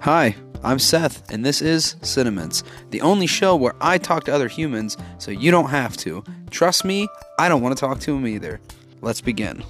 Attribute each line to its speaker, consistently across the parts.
Speaker 1: Hi, I'm Seth, and this is Cinnamons, the only show where I talk to other humans so you don't have to. Trust me, I don't want to talk to them either. Let's begin.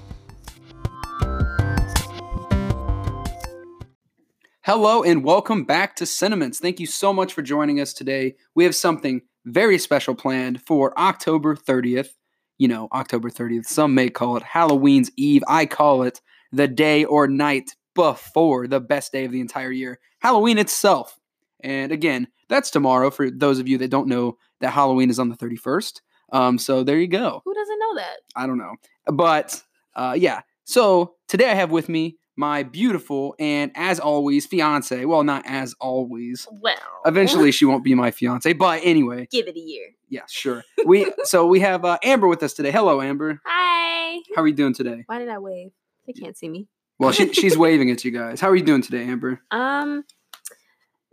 Speaker 1: Hello, and welcome back to Cinnamons. Thank you so much for joining us today. We have something very special planned for October 30th. You know, October 30th, some may call it Halloween's Eve. I call it the day or night before the best day of the entire year, Halloween itself. And again, that's tomorrow for those of you that don't know that Halloween is on the 31st. Um, so there you go.
Speaker 2: Who doesn't know that?
Speaker 1: I don't know. But uh, yeah. So today I have with me my beautiful and as always fiance. Well, not as always.
Speaker 2: Well,
Speaker 1: Eventually she won't be my fiance, but anyway,
Speaker 2: give it a year.
Speaker 1: yeah, sure. We so we have uh, Amber with us today. Hello, Amber.
Speaker 2: Hi.
Speaker 1: How are you doing today?
Speaker 2: Why did I wave? They can't see me.
Speaker 1: Well, she, she's waving at you guys. How are you doing today, Amber?
Speaker 2: Um,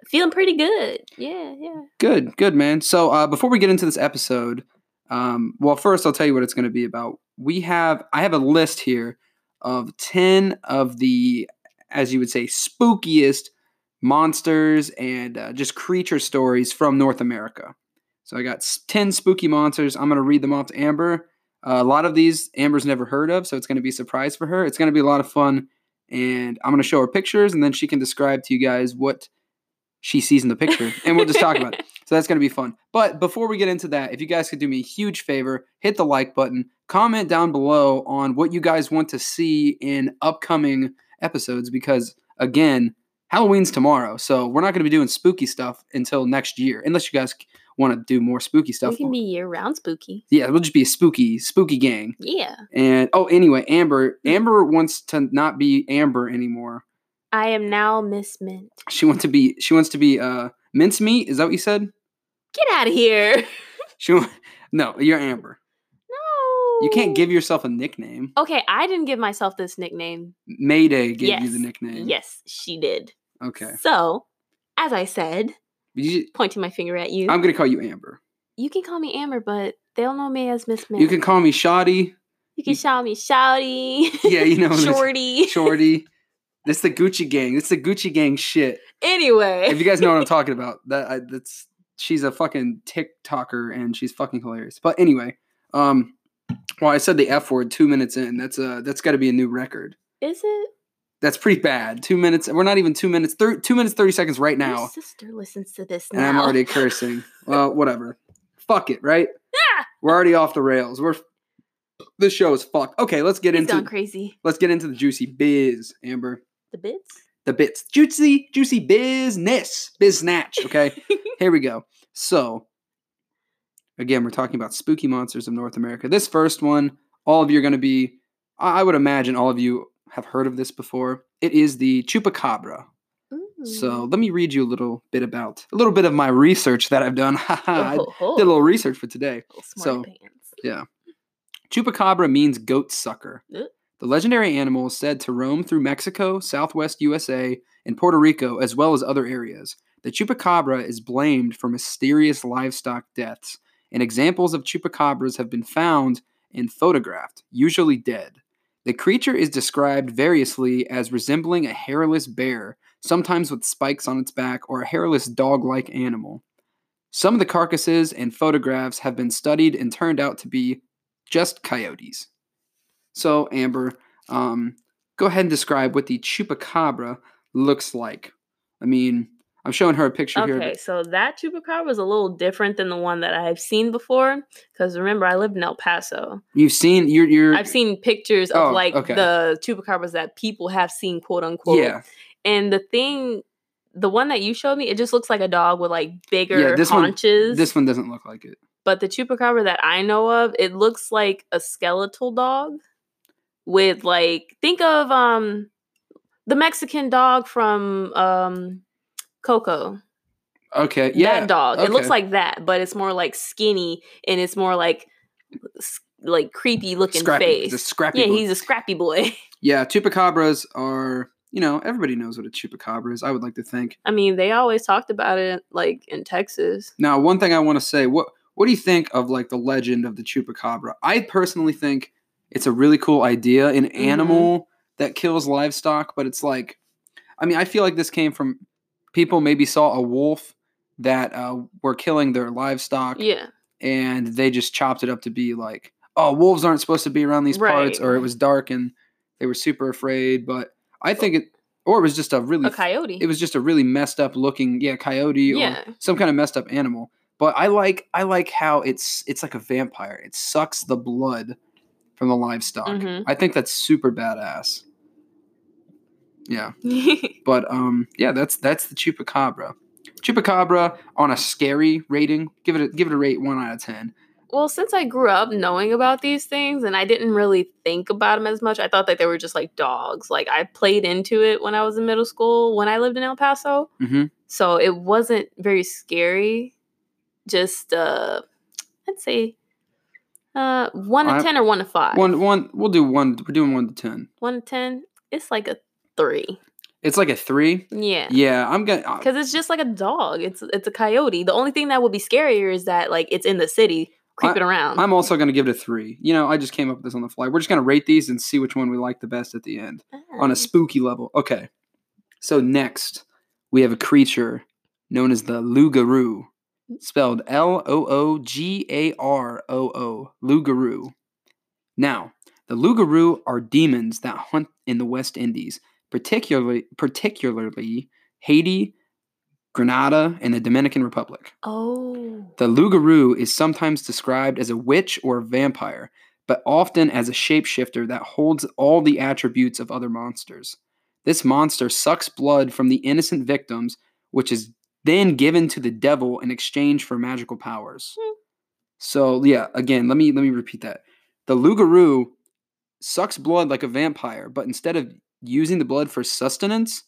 Speaker 2: feeling pretty good. Yeah, yeah.
Speaker 1: Good, good, man. So uh, before we get into this episode, um, well, first I'll tell you what it's going to be about. We have I have a list here of ten of the, as you would say, spookiest monsters and uh, just creature stories from North America. So I got s- ten spooky monsters. I'm going to read them off to Amber. Uh, a lot of these Amber's never heard of, so it's going to be a surprise for her. It's going to be a lot of fun, and I'm going to show her pictures, and then she can describe to you guys what she sees in the picture, and we'll just talk about it. So that's going to be fun. But before we get into that, if you guys could do me a huge favor, hit the like button, comment down below on what you guys want to see in upcoming episodes because, again, Halloween's tomorrow. So we're not going to be doing spooky stuff until next year, unless you guys want to do more spooky stuff.
Speaker 2: We can be year round spooky.
Speaker 1: yeah, we'll just be a spooky, spooky gang.
Speaker 2: Yeah.
Speaker 1: And oh, anyway, Amber,
Speaker 2: Mm-hmm.
Speaker 1: Amber wants to not be Amber anymore.
Speaker 2: I am now Miss Mint.
Speaker 1: She wants to be. She wants to be uh, mincemeat. Is that what you said?
Speaker 2: Get out of here.
Speaker 1: She wa- no, you're Amber.
Speaker 2: No.
Speaker 1: You can't give yourself a nickname.
Speaker 2: Okay, I didn't give myself this nickname.
Speaker 1: Mayday gave you the
Speaker 2: Yes.
Speaker 1: nickname.
Speaker 2: Yes, she did.
Speaker 1: Okay.
Speaker 2: So, as I said,
Speaker 1: You-
Speaker 2: pointing my finger at you,
Speaker 1: I'm gonna call you Amber.
Speaker 2: you can call me Amber, but they'll know me as Miss Mint.
Speaker 1: You can call me Shoddy.
Speaker 2: You can
Speaker 1: you-
Speaker 2: shout me Shouty.
Speaker 1: Yeah, you know this-
Speaker 2: Shorty.
Speaker 1: Shorty. That's the Gucci gang. That's the Gucci gang shit.
Speaker 2: anyway.
Speaker 1: If you guys know what I'm talking about, that I, that's she's a fucking TikToker and she's fucking hilarious. But anyway, um, well, I said the F word two minutes in. That's uh that's got to be a new record.
Speaker 2: Is it?
Speaker 1: That's pretty bad. Two minutes. We're not even two minutes. Thir- two minutes thirty seconds right now.
Speaker 2: Your sister listens to this
Speaker 1: and
Speaker 2: now.
Speaker 1: I'm already cursing. Well, whatever. Fuck it, right?
Speaker 2: Ah!
Speaker 1: We're already off the rails. We're this show is fucked. Okay, let's get
Speaker 2: He's
Speaker 1: into
Speaker 2: gone crazy.
Speaker 1: let's get into the juicy biz, Amber.
Speaker 2: The bits?
Speaker 1: The bits, juicy, juicy business, biz snatch. Okay, here we go. So, again, we're talking about spooky monsters of North America. This first one, all of you are going to be, I I would imagine, all of you have heard of this before. It is the chupacabra. So
Speaker 2: Mm.
Speaker 1: let me read you a little bit about a little bit of my research that I've done. Haha, I
Speaker 2: Oh, ho,
Speaker 1: did a
Speaker 2: ho.
Speaker 1: little research for today.
Speaker 2: Little
Speaker 1: so-
Speaker 2: smart pants.
Speaker 1: Chupacabra means goat sucker.
Speaker 2: Ugh.
Speaker 1: The legendary animal is said to roam through Mexico, southwest USA, and Puerto Rico, as well as other areas. The chupacabra is blamed for mysterious livestock deaths, and examples of chupacabras have been found and photographed, usually dead. The creature is described variously as resembling a hairless bear, sometimes with spikes on its back, or a hairless dog like animal. Some of the carcasses and photographs have been studied and turned out to be just coyotes. So, Amber, um, go ahead and describe what the chupacabra looks like. I mean, I'm showing her a picture here.
Speaker 2: Okay,
Speaker 1: but-
Speaker 2: so that chupacabra was a little different than the one that I've seen before. Because remember, I lived in El Paso.
Speaker 1: You've seen you're you're
Speaker 2: I've seen pictures of
Speaker 1: Oh,
Speaker 2: like
Speaker 1: okay.
Speaker 2: the chupacabras that people have seen, quote unquote.
Speaker 1: yeah
Speaker 2: And the thing, the one that you showed me, it just looks like a dog with like bigger
Speaker 1: this one-
Speaker 2: haunches.
Speaker 1: this one doesn't look like it.
Speaker 2: But the chupacabra that I know of, it looks like a skeletal dog with like think of um the Mexican dog from um Coco.
Speaker 1: Okay, yeah,
Speaker 2: That dog. It
Speaker 1: okay.
Speaker 2: looks like that, but it's more like skinny and it's more like s- like creepy looking
Speaker 1: scrappy.
Speaker 2: face.
Speaker 1: It's a scrappy.
Speaker 2: yeah,
Speaker 1: look.
Speaker 2: he's a scrappy boy.
Speaker 1: yeah. Chupacabras are you know everybody knows what a chupacabra is. I would like to think.
Speaker 2: I mean, they always talked about it like in Texas.
Speaker 1: Now, one thing I want to say what what do you think of like the legend of the chupacabra? I personally think it's a really cool idea, an
Speaker 2: Mhm.
Speaker 1: animal that kills livestock, but it's like, I mean, I feel like this came from people maybe saw a wolf that uh, were killing their livestock
Speaker 2: Yeah.
Speaker 1: and they just chopped it up to be like, oh, wolves aren't supposed to be around these parts,
Speaker 2: Right.
Speaker 1: or it was dark and they were super afraid. But I think it, or it was just a really,
Speaker 2: A coyote.
Speaker 1: it was just a really messed up looking, yeah, coyote
Speaker 2: yeah.
Speaker 1: or some kind of messed up animal. But I like, I like how it's, it's like a vampire. It sucks the blood from the livestock.
Speaker 2: Mhm.
Speaker 1: I think that's super badass. Yeah. But um, yeah, that's that's the chupacabra. Chupacabra on a scary rating. Give it a, give it a rate one out of ten.
Speaker 2: well, since I grew up knowing about these things and I didn't really think about them as much, I thought that they were just like dogs. Like I played into it when I was in middle school when I lived in El Paso.
Speaker 1: Mm-hmm.
Speaker 2: So it wasn't very scary. Just uh I'd say uh one to
Speaker 1: I-
Speaker 2: ten or one to five.
Speaker 1: One one. We'll do one. We're doing one to ten.
Speaker 2: one to ten. It's like a three.
Speaker 1: It's like a three.
Speaker 2: Yeah.
Speaker 1: Yeah, I'm gonna. uh, I-
Speaker 2: Because it's just like a dog. It's it's a coyote. The only thing that would be scarier is that like it's in the city creeping around.
Speaker 1: I'm also gonna give it a three. You know, I just came up with this on the fly. We're just gonna rate these and see which one we like the best at the end on a
Speaker 2: Ah.
Speaker 1: spooky level. Okay. So next we have a creature known as the lugaroo, spelled L O O G A R O O. Lugaroo. Now, the lugaroo are demons that hunt in the West Indies, particularly particularly Haiti, Grenada, and the Dominican Republic.
Speaker 2: Oh.
Speaker 1: The Lugaroo is sometimes described as a witch or vampire, but often as a shapeshifter that holds all the attributes of other monsters. This monster sucks blood from the innocent victims, which is then given to the devil in exchange for magical powers.
Speaker 2: Hmm.
Speaker 1: So yeah, again, let me let me repeat that. The Lugaroo sucks blood like a vampire, but instead of using the blood for sustenance,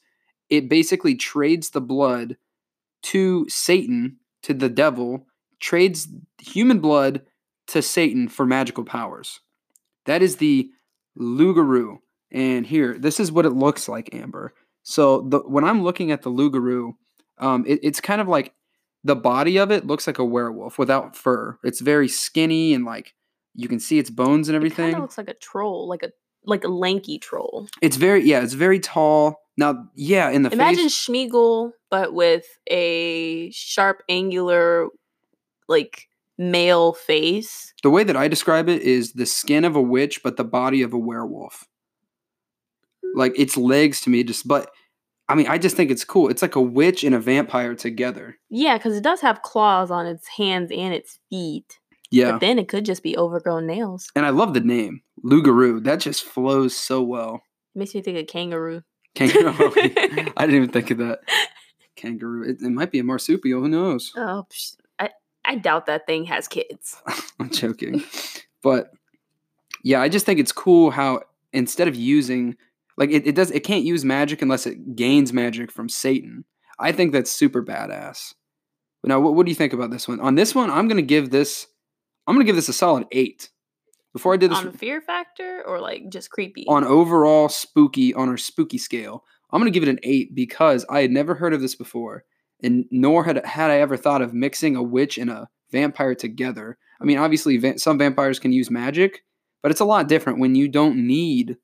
Speaker 1: it basically trades the blood to Satan, to the devil, trades human blood to Satan for magical powers. That is the Lugaroo. And here, this is what it looks like, Amber. So the, when I'm looking at the Lugaroo, um, it- it's kind of like the body of it looks like a werewolf without fur. It's very skinny and like you can see its bones and
Speaker 2: It
Speaker 1: everything.
Speaker 2: kinda looks like a troll, like a like a lanky troll.
Speaker 1: It's very yeah, it's very tall. Now, yeah, in the
Speaker 2: Imagine
Speaker 1: face,
Speaker 2: Schmiegel, but with a sharp, angular, like male face.
Speaker 1: the way that I describe it is the skin of a witch, but the body of a werewolf. Like its legs to me, just but I mean, I just think it's cool. It's like a witch and a vampire together.
Speaker 2: Yeah, because it does have claws on its hands and its feet.
Speaker 1: Yeah,
Speaker 2: But then it could just be overgrown nails.
Speaker 1: and I love the name Lugaroo. That just flows so well.
Speaker 2: makes me think of kangaroo.
Speaker 1: Kangaroo. I didn't even think of that. Kangaroo. It, it might be a marsupial. Who knows?
Speaker 2: Oh, psh, I, I doubt that thing has kids.
Speaker 1: I'm joking. But yeah, I just think it's cool how instead of using like it, it does it can't use magic unless it gains magic from Satan. I think that's super badass. Now what, what do you think about this one? On this one, I'm gonna give this I'm gonna give this a solid eight. Before I did this
Speaker 2: On fear factor or like just creepy?
Speaker 1: on overall spooky on our spooky scale, I'm gonna give it an eight because I had never heard of this before, and nor had had I ever thought of mixing a witch and a vampire together. I mean, obviously, va- some vampires can use magic, but it's a lot different when you don't need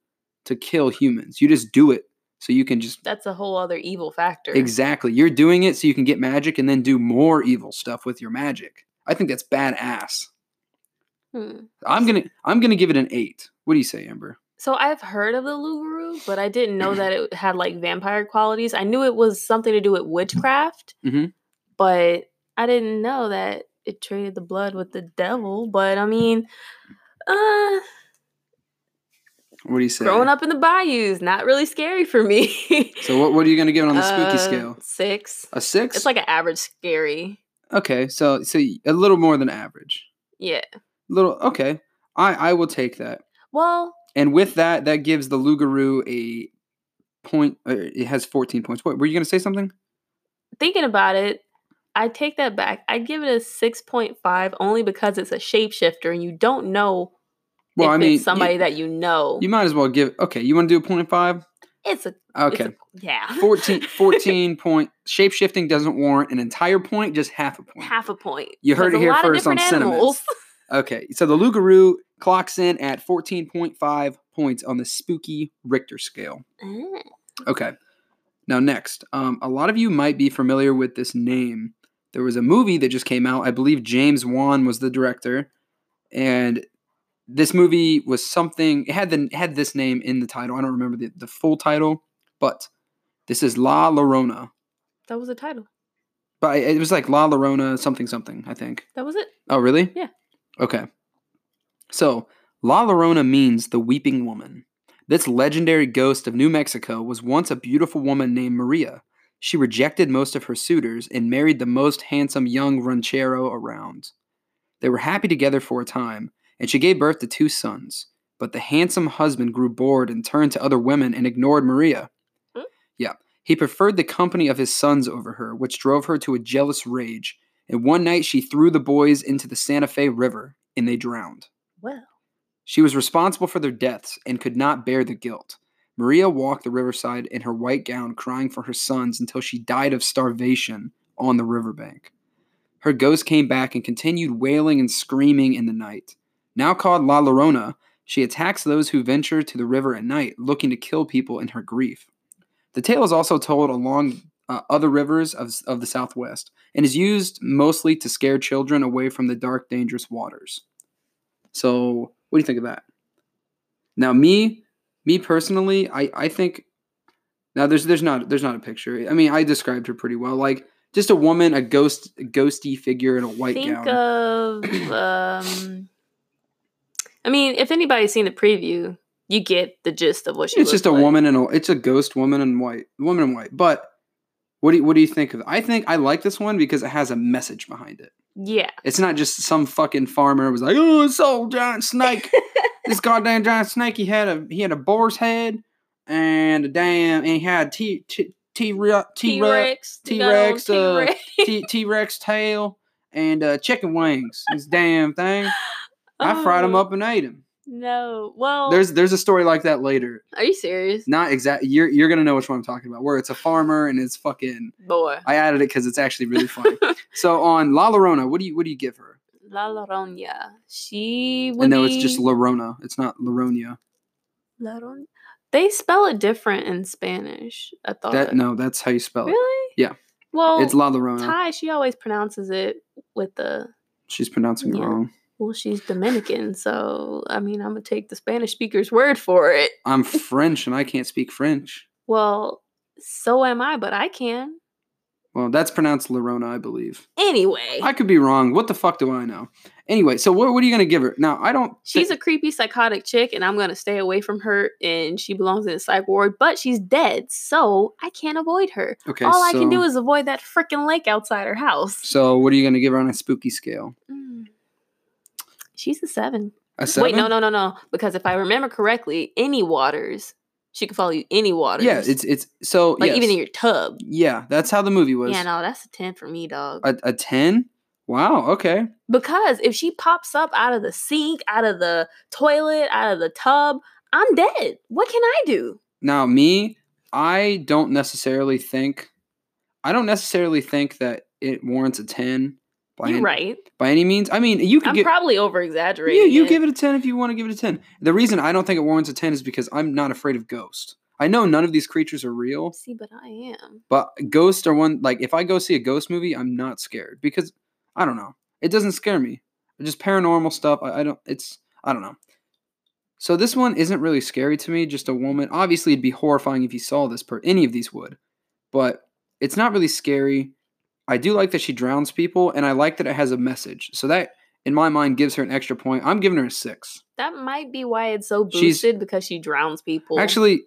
Speaker 1: to kill humans. You just do it, so you can just
Speaker 2: That's a whole other evil factor.
Speaker 1: exactly you're doing it so you can get magic and then do more evil stuff with your magic. I think that's badass.
Speaker 2: Hmm.
Speaker 1: I'm gonna I'm gonna give it an eight. What do you say, Amber?
Speaker 2: So I've heard of the Lugaroo, but I didn't know that it had like vampire qualities. I knew it was something to do
Speaker 1: Mm-hmm.
Speaker 2: with witchcraft,
Speaker 1: Mhm.
Speaker 2: but I didn't know that it traded the blood with the devil. But I mean, uh,
Speaker 1: What do you say?
Speaker 2: growing up in the bayous, not really scary for me.
Speaker 1: So what what are you gonna give it on the
Speaker 2: Uh,
Speaker 1: spooky scale?
Speaker 2: six.
Speaker 1: A six?
Speaker 2: It's like an average scary.
Speaker 1: okay, so so y- a little more than average.
Speaker 2: Yeah.
Speaker 1: Little okay, I I will take that.
Speaker 2: Well,
Speaker 1: And with that, that gives the Lugaroo a point. Uh, it has fourteen points. What were you gonna say something?
Speaker 2: thinking about it, I take that back. I give it a 6.5 only because it's a shapeshifter and you don't know
Speaker 1: Well,
Speaker 2: if
Speaker 1: I mean,
Speaker 2: it's somebody
Speaker 1: you,
Speaker 2: that you know.
Speaker 1: you might as well give. Okay, you want to do a point five?
Speaker 2: it's a it's
Speaker 1: Okay,
Speaker 2: a- yeah.
Speaker 1: 14, 14 point. Shape shifting doesn't warrant an entire point, just half a point.
Speaker 2: half a point.
Speaker 1: You heard
Speaker 2: 'cause
Speaker 1: it
Speaker 2: a
Speaker 1: here
Speaker 2: lot of
Speaker 1: first on
Speaker 2: different
Speaker 1: Cinnamon.
Speaker 2: animals.
Speaker 1: Okay, so the Lugaroo clocks in at fourteen point five points on the spooky Richter scale.
Speaker 2: Mm.
Speaker 1: Okay. Now, next, um, a lot of you might be familiar with this name. There was a movie that just came out. I believe James Wan was the director, and this movie was something. It had the had this name in the title. I don't remember the, the full title, but this is La Llorona.
Speaker 2: That was the title.
Speaker 1: But it was like La Llorona something something. I think.
Speaker 2: That was it.
Speaker 1: Oh, really?
Speaker 2: Yeah.
Speaker 1: Okay. So, La Llorona means the weeping woman. This legendary ghost of New Mexico was once a beautiful woman named Maria. She rejected most of her suitors and married the most handsome young ranchero around. They were happy together for a time, and she gave birth to two sons. But the handsome husband grew bored and turned to other women and ignored Maria.
Speaker 2: Hmm?
Speaker 1: Yeah, he preferred the company of his sons over her, which drove her to a jealous rage. And one night she threw the boys into the Santa Fe River, and they drowned.
Speaker 2: Well,
Speaker 1: She was responsible for their deaths and could not bear the guilt. Maria walked the riverside in her white gown, crying for her sons until she died of starvation on the riverbank. Her ghost came back and continued wailing and screaming in the night. Now called La Llorona, she attacks those who venture to the river at night, looking to kill people in her grief. The tale is also told along uh, other rivers of, of the Southwest and is used mostly to scare children away from the dark, dangerous waters. So, what do you think of that? Now, me, me personally, I I think now there's there's not there's not a picture. I mean, I described her pretty well, like just a woman, a ghost, ghosty figure in a white
Speaker 2: think
Speaker 1: gown.
Speaker 2: of. Um, I mean, if anybody's seen the preview, you get the gist of what she.
Speaker 1: it's just a
Speaker 2: looked like.
Speaker 1: woman in a it's a ghost woman in white, woman in white. But what do you, what do you think of? It? I think I like this one because it has a message behind it.
Speaker 2: Yeah.
Speaker 1: It's not just some fucking farmer was like, oh, it's old giant snake. this goddamn giant snake, he had a he had a boar's head and a damn, and he had t t t Re-
Speaker 2: T
Speaker 1: t Re-
Speaker 2: Rex. T-Rex,
Speaker 1: T-Rex, uh,
Speaker 2: T-Rex.
Speaker 1: t t rex tail and uh, chicken wings. This damn thing, I fried him
Speaker 2: Oh,
Speaker 1: up and ate him.
Speaker 2: No. Well,
Speaker 1: There's there's a story like that later.
Speaker 2: Are you serious?
Speaker 1: Not exact. You're you're gonna know which one I'm talking about. Where it's a farmer and it's fucking.
Speaker 2: Boy.
Speaker 1: I added it because it's actually really funny. so on La Llorona, what do you what do you give her?
Speaker 2: La Llorona. She would
Speaker 1: And no, it's just
Speaker 2: be-
Speaker 1: La Llorona. It's not Lloronia.
Speaker 2: La Llorona. They spell it different in Spanish. I thought.
Speaker 1: That no, that's how you spell it.
Speaker 2: Oh, Really?
Speaker 1: Yeah.
Speaker 2: Well,
Speaker 1: It's La Llorona.
Speaker 2: Ty, she always pronounces it with the
Speaker 1: She's pronouncing it
Speaker 2: Yeah.
Speaker 1: wrong.
Speaker 2: well, she's Dominican, so I mean, I'm gonna take the Spanish speaker's word for it.
Speaker 1: I'm French and I can't speak French.
Speaker 2: Well, so am I, but I can
Speaker 1: Well, that's pronounced Llorona, I believe.
Speaker 2: anyway.
Speaker 1: I could be wrong. What the fuck do I know? Anyway, so what, what are you gonna give her? Now I don't.
Speaker 2: She's a creepy, psychotic chick, and I'm gonna stay away from her. And she belongs in a psych ward, but she's dead, so I can't avoid her.
Speaker 1: a okay.
Speaker 2: All
Speaker 1: so,
Speaker 2: I can do is avoid that freaking lake outside her house.
Speaker 1: So what are you gonna give her on a spooky scale?
Speaker 2: Mm. She's a seven.
Speaker 1: A seven.
Speaker 2: Wait, no, no, no, no. Because if I remember correctly, any waters, she could follow you any waters.
Speaker 1: Yeah, it's it's so
Speaker 2: like even
Speaker 1: yes.
Speaker 2: in your tub.
Speaker 1: yeah. That's how the movie was.
Speaker 2: Yeah, no, that's a ten for me, dog.
Speaker 1: a a ten. Wow. Okay.
Speaker 2: because if she pops up out of the sink, out of the toilet, out of the tub, I'm dead. What can I do?
Speaker 1: Now, me, I don't necessarily think, I don't necessarily think that it warrants a ten. By
Speaker 2: You're
Speaker 1: any,
Speaker 2: right.
Speaker 1: By any means, I mean you could
Speaker 2: I'm
Speaker 1: get.
Speaker 2: probably over
Speaker 1: yeah,
Speaker 2: exaggerating.
Speaker 1: you give it a ten if you want to give it a ten. The reason I don't think it warrants a ten is because I'm not afraid of ghosts. I know none of these creatures are real,
Speaker 2: See, but I am.
Speaker 1: but ghosts are one. Like if I go see a ghost movie, I'm not scared because I don't know. It doesn't scare me. Just paranormal stuff. I, I don't. It's I don't know. So this one isn't really scary to me. Just a woman. Obviously, it'd be horrifying if you saw this. Per any of these would, but it's not really scary. I do like that she drowns people, and I like that it has a message. So that, in my mind, gives her an extra point. I'm giving her a six.
Speaker 2: That might be why it's so boosted
Speaker 1: She's-
Speaker 2: because she drowns people.
Speaker 1: Actually,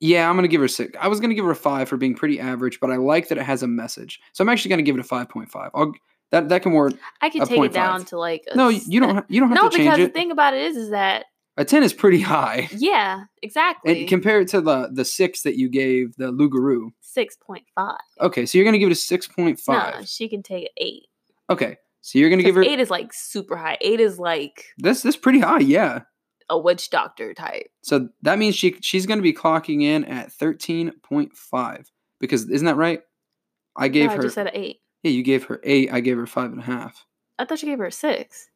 Speaker 1: yeah, I'm gonna give her a six. I was gonna give her a five for being pretty average, but I like that it has a message, so I'm actually gonna give it a five point five. I'll that that can work.
Speaker 2: I
Speaker 1: a
Speaker 2: could take
Speaker 1: 0.5.
Speaker 2: it down to like a
Speaker 1: No,
Speaker 2: s-
Speaker 1: you don't. ha- You don't have
Speaker 2: No,
Speaker 1: to change
Speaker 2: because the
Speaker 1: it.
Speaker 2: thing about it is, is that
Speaker 1: a ten is pretty high,
Speaker 2: yeah, exactly.
Speaker 1: and compare it to the the six that you gave the Lugaroo.
Speaker 2: Six point five.
Speaker 1: Okay, so you're gonna give it a six point five.
Speaker 2: No, she can take an eight.
Speaker 1: Okay, so you're gonna give
Speaker 2: 'Cause
Speaker 1: her
Speaker 2: eight is like super high. Eight is like
Speaker 1: this. This pretty high, yeah.
Speaker 2: a witch doctor type.
Speaker 1: So that means she she's gonna be clocking in at thirteen point five because isn't that right? I
Speaker 2: No,
Speaker 1: gave
Speaker 2: I
Speaker 1: her
Speaker 2: just said an eight.
Speaker 1: yeah. You gave her eight. I gave her five and a half.
Speaker 2: I thought you gave her a six.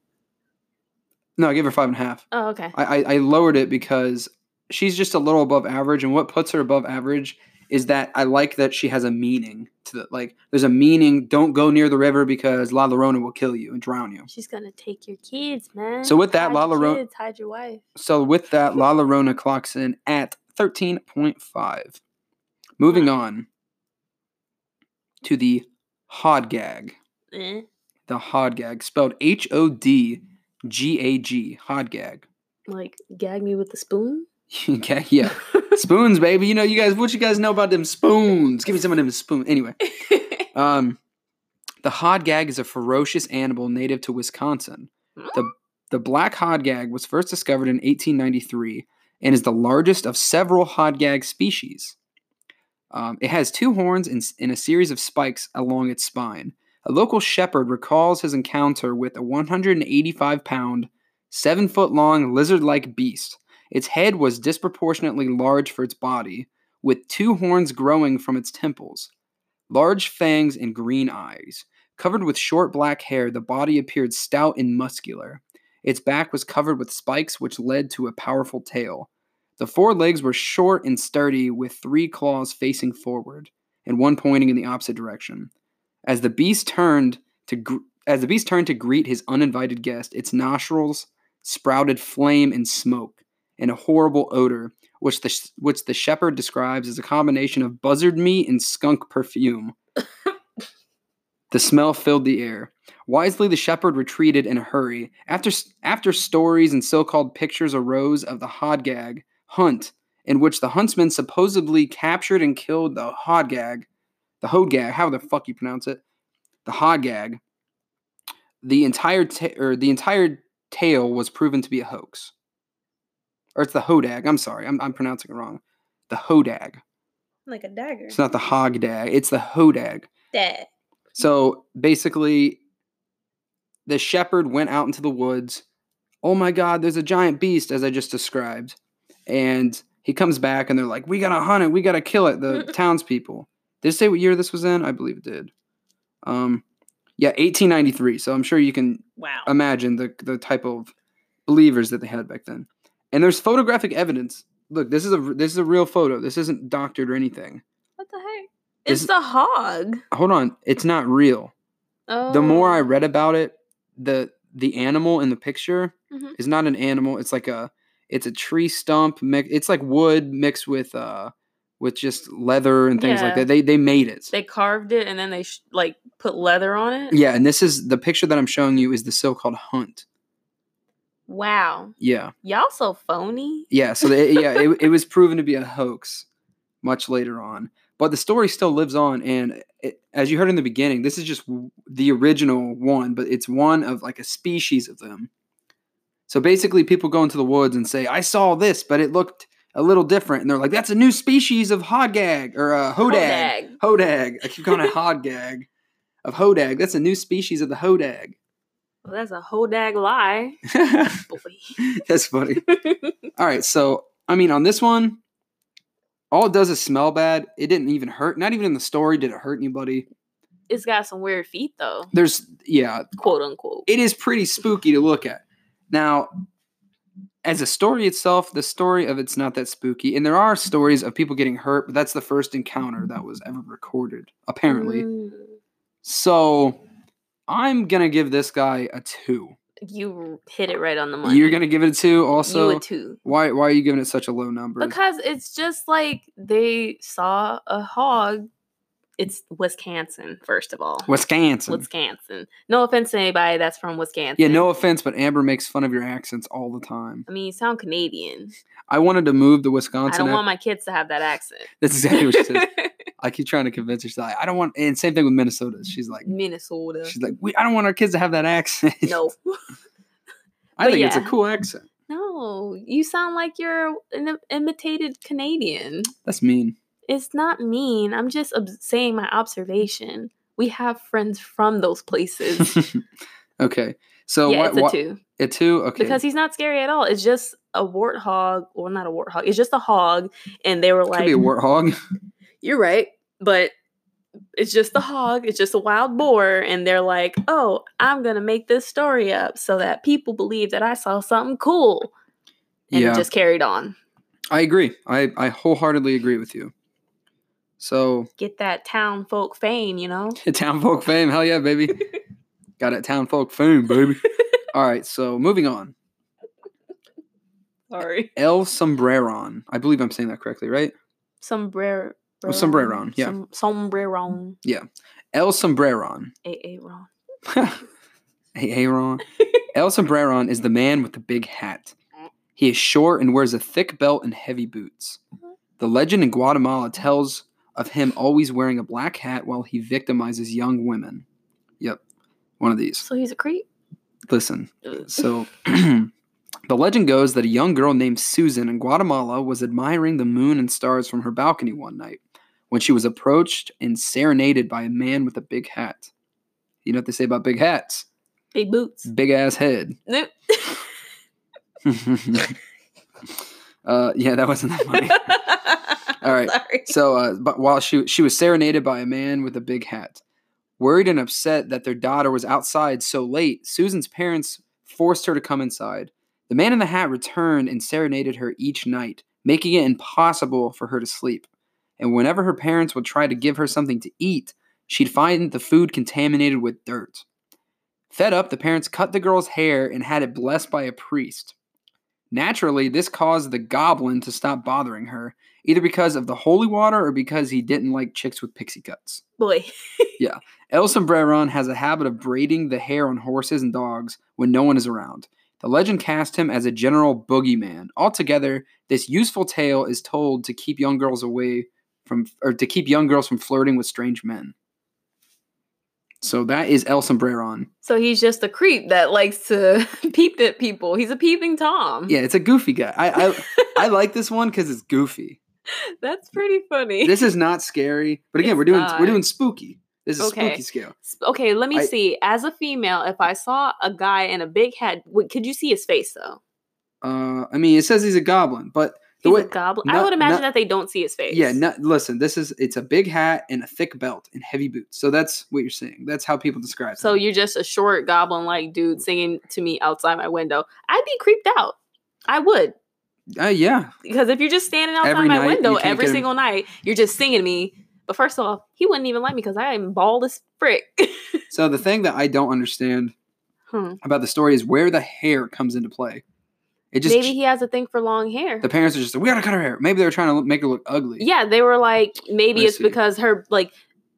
Speaker 1: No, I gave her five and a half.
Speaker 2: Oh, okay.
Speaker 1: I, I, I lowered it because she's just a little above average, and what puts her above average is that I like that she has a meaning to the like. There's a meaning. Don't go near the river because La Llorona will kill you and drown you.
Speaker 2: She's gonna take your kids, man.
Speaker 1: So with that,
Speaker 2: hide
Speaker 1: La
Speaker 2: your
Speaker 1: Llorona-
Speaker 2: kids, hide your wife.
Speaker 1: So with that, La Llorona clocks in at 13.5. Moving on to the Hodgag.
Speaker 2: Eh.
Speaker 1: The Hodgag, spelled H O D G A G, Hodgag.
Speaker 2: Like gag me with a spoon.
Speaker 1: yeah, yeah. Spoons, baby. You know, you guys, what you guys know about them spoons? Give me some of them spoons. Anyway, um, the Hodgag is a ferocious animal native to Wisconsin. The, the black Hodgag was first discovered in 1893 and is the largest of several Hodgag species. Um, it has two horns and, s- and a series of spikes along its spine. A local shepherd recalls his encounter with a 185 pound, seven foot long lizard like beast. Its head was disproportionately large for its body, with two horns growing from its temples, large fangs, and green eyes. Covered with short black hair, the body appeared stout and muscular. Its back was covered with spikes, which led to a powerful tail. The four legs were short and sturdy, with three claws facing forward and one pointing in the opposite direction. As the beast turned to gr- as the beast turned to greet his uninvited guest, its nostrils sprouted flame and smoke and a horrible odor, which the sh- which the shepherd describes as a combination of buzzard meat and skunk perfume. the smell filled the air. Wisely, the shepherd retreated in a hurry. After s- after stories and so-called pictures arose of the hodgag hunt, in which the huntsman supposedly captured and killed the hodgag, the hodgag, how the fuck you pronounce it, the hodgag. The entire ta- or the entire tale was proven to be a hoax or it's the Hodag. I'm sorry, I'm, I'm pronouncing it wrong. The Hodag.
Speaker 2: like a dagger.
Speaker 1: It's not the Hogdag. It's the Hodag.
Speaker 2: that.
Speaker 1: So basically, the shepherd went out into the woods. Oh my God, there's a giant beast, as I just described. And he comes back, and they're like, "We gotta hunt it. We gotta kill it." The townspeople. Did it say what year this was in? I believe it did. Um, yeah, 1893. So I'm sure you can
Speaker 2: Wow.
Speaker 1: imagine the the type of believers that they had back then. And there's photographic evidence. Look, this is a this is a real photo. This isn't doctored or anything.
Speaker 2: what the heck?
Speaker 1: This-
Speaker 2: It's the hog.
Speaker 1: Hold on, it's not real.
Speaker 2: Oh.
Speaker 1: The more I read about it, the the animal in the picture
Speaker 2: Mhm.
Speaker 1: is not an animal. It's like a it's a tree stump. Mix, it's like wood mixed with uh with just leather and things like
Speaker 2: Yeah.
Speaker 1: that. They they made it.
Speaker 2: they carved it and then they sh- like put leather on it.
Speaker 1: yeah, and this is the picture that I'm showing you is the so-called hunt.
Speaker 2: Wow.
Speaker 1: Yeah.
Speaker 2: Y'all so phony.
Speaker 1: Yeah, so they, yeah, it, it was proven to be a hoax much later on, but the story still lives on. And it, as you heard in the beginning, this is just w- the original one, but it's one of like a species of them. So basically, people go into the woods and say, "I saw this, but it looked a little different," and they're like, "That's a new species of hodgag or uh, hodag,
Speaker 2: Hodag.
Speaker 1: hodag." I keep calling it hodgag of hodag. That's a new species of the hodag.
Speaker 2: Well, that's a hodag lie. Boy.
Speaker 1: That's funny. All right, so I mean, on this one, all it does is smell bad. It didn't even hurt. Not even in the story did it hurt anybody.
Speaker 2: it's got some weird feet though,
Speaker 1: There's yeah,
Speaker 2: quote unquote.
Speaker 1: it is pretty spooky to look at. Now, as a story itself, the story of it's not that spooky, and there are stories of people getting hurt, but that's the first encounter that was ever recorded, apparently.
Speaker 2: Mm.
Speaker 1: So, I'm gonna give this guy a two.
Speaker 2: you hit it right on the money.
Speaker 1: You're gonna give it a two.
Speaker 2: you
Speaker 1: Also,
Speaker 2: a two.
Speaker 1: why why are you giving it such a low number?
Speaker 2: Because it's just like they saw a hog. It's Wisconsin, first of all.
Speaker 1: Wisconsin.
Speaker 2: Wisconsin. No offense to anybody that's from Wisconsin.
Speaker 1: Yeah, no offense, but Amber makes fun of your accents all the time.
Speaker 2: I mean, you sound Canadian.
Speaker 1: I wanted to move to
Speaker 2: I
Speaker 1: Wisconsin.
Speaker 2: don't
Speaker 1: af-
Speaker 2: want my kids to have that accent.
Speaker 1: That's exactly what she says. I keep trying to convince her. She's like, I don't want. And same thing with Minnesota. She's like,
Speaker 2: Minnesota.
Speaker 1: she's like, we, I don't want our kids to have that accent.
Speaker 2: No.
Speaker 1: I
Speaker 2: but
Speaker 1: think it's a
Speaker 2: yeah.
Speaker 1: cool accent.
Speaker 2: No, you sound like you're an imitated Canadian.
Speaker 1: That's mean.
Speaker 2: It's not mean. I'm just ob- saying my observation. We have friends from those places.
Speaker 1: okay, so
Speaker 2: yeah,
Speaker 1: what?
Speaker 2: it's a
Speaker 1: what-
Speaker 2: two
Speaker 1: a two? Okay,
Speaker 2: because he's not scary at all. It's just a warthog, or not a warthog. It's just a hog, and they were
Speaker 1: could
Speaker 2: like,
Speaker 1: be a warthog.
Speaker 2: "You're right," but it's just a hog. It's just a wild boar, and they're like, "Oh, I'm gonna make this story up so that people believe that I saw something cool," and
Speaker 1: Yeah,
Speaker 2: it just carried on.
Speaker 1: I agree. I I wholeheartedly agree with you. So
Speaker 2: Get that town folk fame, you know?
Speaker 1: town folk fame, hell yeah, baby. Got it, town folk fame, baby. All right, so moving on.
Speaker 2: Sorry.
Speaker 1: El Sombreron. I believe I'm saying that correctly, right?
Speaker 2: Sombrero.
Speaker 1: Oh, sombreron, yeah.
Speaker 2: Som- sombreron.
Speaker 1: El Sombreron.
Speaker 2: Aaron.
Speaker 1: hey, Aaron. El Sombreron is the man with the big hat. He is short and wears a thick belt and heavy boots. The legend in Guatemala tells of him always wearing a black hat while he victimizes young women. Yep, one of these.
Speaker 2: So he's a creep?
Speaker 1: Listen, so the legend goes that a young girl named Susan in Guatemala was admiring the moon and stars from her balcony one night when she was approached and serenaded by a man with a big hat. You know what they say about big hats?
Speaker 2: Big boots.
Speaker 1: Big ass head.
Speaker 2: Nope.
Speaker 1: uh, yeah, that wasn't that funny. All right.
Speaker 2: Sorry.
Speaker 1: So, uh, but while she she was serenaded by a man with a big hat, worried and upset that their daughter was outside so late, Susan's parents forced her to come inside. The man in the hat returned and serenaded her each night, making it impossible for her to sleep. And whenever her parents would try to give her something to eat, she'd find the food contaminated with dirt. Fed up, the parents cut the girl's hair and had it blessed by a priest. Naturally, this caused the goblin to stop bothering her, either because of the holy water or because he didn't like chicks with pixie cuts.
Speaker 2: Boy.
Speaker 1: El Sombreron has a habit of braiding the hair on horses and dogs when no one is around. The legend cast him as a general boogeyman. Altogether, this useful tale is told to keep young girls away from, or to keep young girls from flirting with strange men. So that is El Sombreron.
Speaker 2: So he's just a creep that likes to peep at people. He's a peeping Tom.
Speaker 1: Yeah, it's a goofy guy. I I, I like this one because it's goofy.
Speaker 2: That's pretty funny.
Speaker 1: This is not scary, but again,
Speaker 2: It's
Speaker 1: we're doing
Speaker 2: not.
Speaker 1: we're doing spooky. This is
Speaker 2: Okay.
Speaker 1: spooky scale.
Speaker 2: S- okay, let me
Speaker 1: I-
Speaker 2: see. As a female, if I saw a guy in a big hat, w- could you see his face though?
Speaker 1: Uh, I mean, it says he's a goblin, but the
Speaker 2: He's
Speaker 1: way
Speaker 2: a goblin. I
Speaker 1: no-
Speaker 2: would imagine
Speaker 1: no-
Speaker 2: that they don't see his face.
Speaker 1: yeah, no, listen, this is it's a big hat and a thick belt and heavy boots. So that's what you're saying. That's how people describe.
Speaker 2: So
Speaker 1: him.
Speaker 2: you're just a short goblin-like dude singing to me outside my window. I'd be creeped out. I would
Speaker 1: uh, yeah,
Speaker 2: because if you're just standing outside
Speaker 1: Every
Speaker 2: my
Speaker 1: night, you
Speaker 2: window
Speaker 1: can't
Speaker 2: every
Speaker 1: get him-
Speaker 2: single night, you're just singing to me. But first off, he wouldn't even like me because I am bald as frick.
Speaker 1: So the thing that I don't understand
Speaker 2: Hmm.
Speaker 1: about the story is where the hair comes into play. It just
Speaker 2: Maybe he has a thing for long hair.
Speaker 1: the parents are just we gotta cut her hair. Maybe they're trying to look, make her look ugly.
Speaker 2: yeah they were like maybe
Speaker 1: I
Speaker 2: it's
Speaker 1: see.
Speaker 2: because her like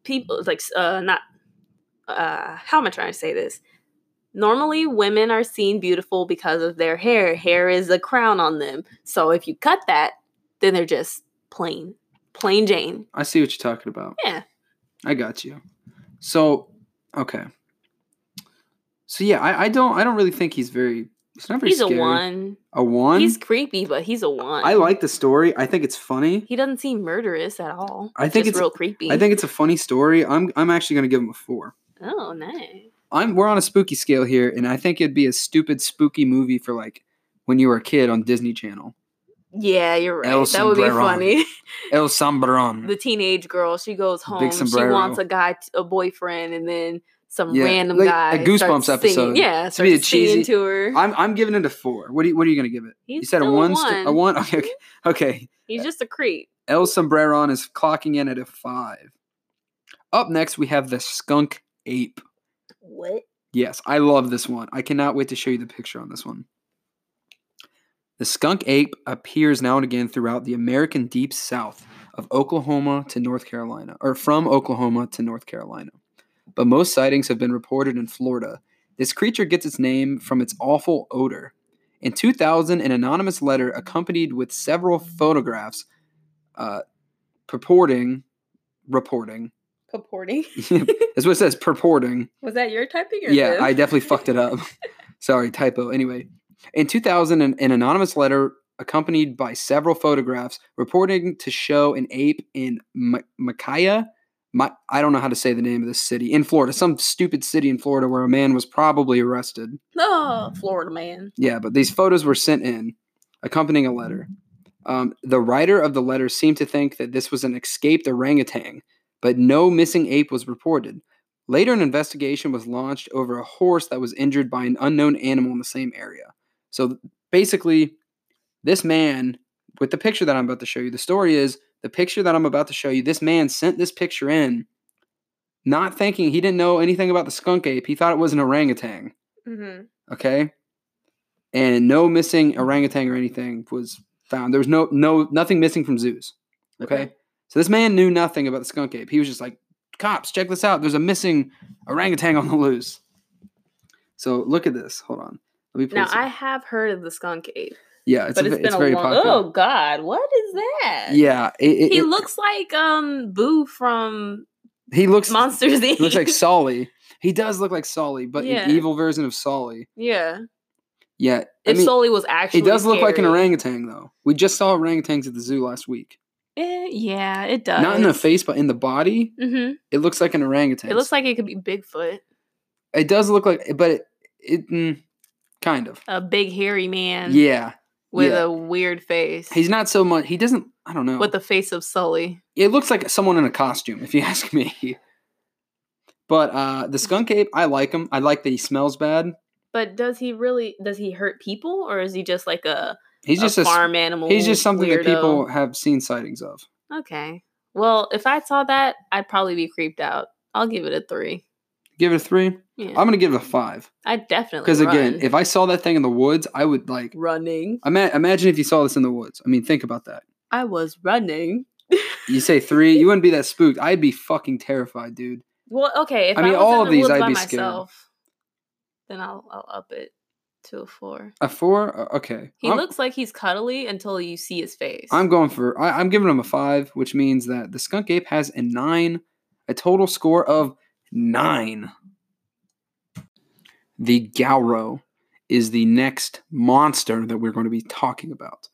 Speaker 2: people like uh not uh how am i trying to say this normally women are seen beautiful because of their hair hair is a crown on them so if you cut that then they're just plain plain jane
Speaker 1: I see what you're talking about.
Speaker 2: Yeah.
Speaker 1: I got you. So okay. So yeah, I, I don't I don't really think he's very. He's not very.
Speaker 2: he's
Speaker 1: scary.
Speaker 2: a one
Speaker 1: A one.
Speaker 2: he's creepy but he's a one
Speaker 1: I like the story. I think it's funny.
Speaker 2: he doesn't seem murderous at all
Speaker 1: I think
Speaker 2: just
Speaker 1: it's-
Speaker 2: real creepy
Speaker 1: I think it's a funny story. I'm I'm actually gonna give him a four.
Speaker 2: oh nice
Speaker 1: I'm we're on a spooky scale here, and I think it'd be a stupid spooky movie for like when you were a kid on Disney Channel.
Speaker 2: yeah you're right
Speaker 1: El
Speaker 2: that would be
Speaker 1: sombrero.
Speaker 2: funny
Speaker 1: El Sombreron.
Speaker 2: the teenage girl. She goes home. She
Speaker 1: sombrero.
Speaker 2: wants a guy, t- a boyfririend, and then some
Speaker 1: Yeah,
Speaker 2: random
Speaker 1: like a
Speaker 2: guy.
Speaker 1: Goosebumps
Speaker 2: starts
Speaker 1: episode.
Speaker 2: Singing. Yeah,
Speaker 1: It's gonna be a
Speaker 2: starts singing
Speaker 1: cheesy-
Speaker 2: to her.
Speaker 1: I'm I'm giving it a four. What do you What are you gonna give it?
Speaker 2: He's
Speaker 1: you said a
Speaker 2: still
Speaker 1: one. st- a one. Okay. Okay. okay.
Speaker 2: He's just a creep.
Speaker 1: El Sombreron is clocking in at a five. Up next, we have the skunk ape.
Speaker 2: What?
Speaker 1: Yes, I love this one. I cannot wait to show you the picture on this one. The skunk ape appears now and again throughout the American deep south of Oklahoma to North Carolina, or from Oklahoma to North Carolina. But most sightings have been reported in Florida. This creature gets its name from its awful odor. In 2000, an anonymous letter accompanied with several photographs uh, purporting, reporting,
Speaker 2: Purporting?
Speaker 1: that's what it says, purporting
Speaker 2: Was that your typing? Or
Speaker 1: yeah, I definitely fucked it up. Sorry, typo. Anyway, in 2000, an, an anonymous letter accompanied by several photographs reporting to show an ape in Ma- Micaiah. My, I don't know how to say the name of this city in Florida, some stupid city in Florida where a man was probably arrested.
Speaker 2: No, Oh, Florida man.
Speaker 1: Yeah, but these photos were sent in, accompanying a letter. Um, the writer of the letter seemed to think that this was an escaped orangutan, but no missing ape was reported. Later, an investigation was launched over a horse that was injured by an unknown animal in the same area. So th- basically, this man, with the picture that I'm about to show you, the story is the picture that I'm about to show you, this man sent this picture in, not thinking he didn't know anything about the skunk ape. He thought it was an orangutan.
Speaker 2: Mm-hmm.
Speaker 1: Okay. And no missing orangutan or anything was found. There was no no nothing missing from zoos. Okay.
Speaker 2: Okay.
Speaker 1: So this man knew nothing about the skunk ape. He was just like, cops, check this out. There's a missing orangutan on the loose. So look at this. Hold on. Let me pull
Speaker 2: Now
Speaker 1: this up.
Speaker 2: I have heard of the skunk ape,
Speaker 1: yeah, it's,
Speaker 2: but
Speaker 1: a,
Speaker 2: it's
Speaker 1: it's,
Speaker 2: been a
Speaker 1: very
Speaker 2: long.
Speaker 1: popular.
Speaker 2: Oh God, what is that?
Speaker 1: Yeah, it, it-
Speaker 2: he
Speaker 1: it-
Speaker 2: looks like um Boo from
Speaker 1: he looks
Speaker 2: Monsters Inc.
Speaker 1: he looks like Solly. He does look like Solly, but
Speaker 2: Yeah.
Speaker 1: an evil version of Solly.
Speaker 2: yeah.
Speaker 1: Yeah, I
Speaker 2: If
Speaker 1: mean,
Speaker 2: Sully was actually,
Speaker 1: he does look like an
Speaker 2: scary.
Speaker 1: orangutan though. We just saw orangutans at the zoo last week.
Speaker 2: Eh, yeah, it does.
Speaker 1: Not in the face, but in the body,
Speaker 2: hmm
Speaker 1: it looks like an orangutan.
Speaker 2: It looks like it could be Bigfoot,
Speaker 1: it does look like, but it, it mm, kind of.
Speaker 2: a big hairy man.
Speaker 1: Yeah,
Speaker 2: with
Speaker 1: yeah.
Speaker 2: a weird face.
Speaker 1: he's not so much. He doesn't. I don't know.
Speaker 2: with the face of Sully.
Speaker 1: it looks like someone in a costume, if you ask me. But uh, the skunk ape, I like him. I like that he smells bad.
Speaker 2: But does he really? Does he hurt people, or is he just like a,
Speaker 1: He's
Speaker 2: a
Speaker 1: just a, s-
Speaker 2: farm animal?
Speaker 1: he's just something that people
Speaker 2: weirdo?
Speaker 1: have seen sightings of.
Speaker 2: Okay. Well, if I saw that, I'd probably be creeped out. I'll give it a three.
Speaker 1: Give it a three.
Speaker 2: Yeah,
Speaker 1: I'm gonna give it a five
Speaker 2: i definitely
Speaker 1: because again,
Speaker 2: run.
Speaker 1: if I saw that thing in the woods, I would like.
Speaker 2: running,
Speaker 1: Ima- imagine if you saw this in the woods. I mean, think about that.
Speaker 2: I was running.
Speaker 1: You say three, you wouldn't be that spooked. I'd be fucking terrified, dude.
Speaker 2: Well, okay. If
Speaker 1: I
Speaker 2: I
Speaker 1: mean,
Speaker 2: was
Speaker 1: all
Speaker 2: in
Speaker 1: of
Speaker 2: the
Speaker 1: these
Speaker 2: woods
Speaker 1: I'd
Speaker 2: by
Speaker 1: be scared.
Speaker 2: myself, then I'll I'll up it to a four.
Speaker 1: A four? Uh, Okay.
Speaker 2: He
Speaker 1: I'm,
Speaker 2: looks like he's cuddly until you see his face.
Speaker 1: I'm going for. I, I'm giving him a five, which means that the skunk ape has a nine, a total score of nine. The Gauro is the next monster that we're going to be talking about.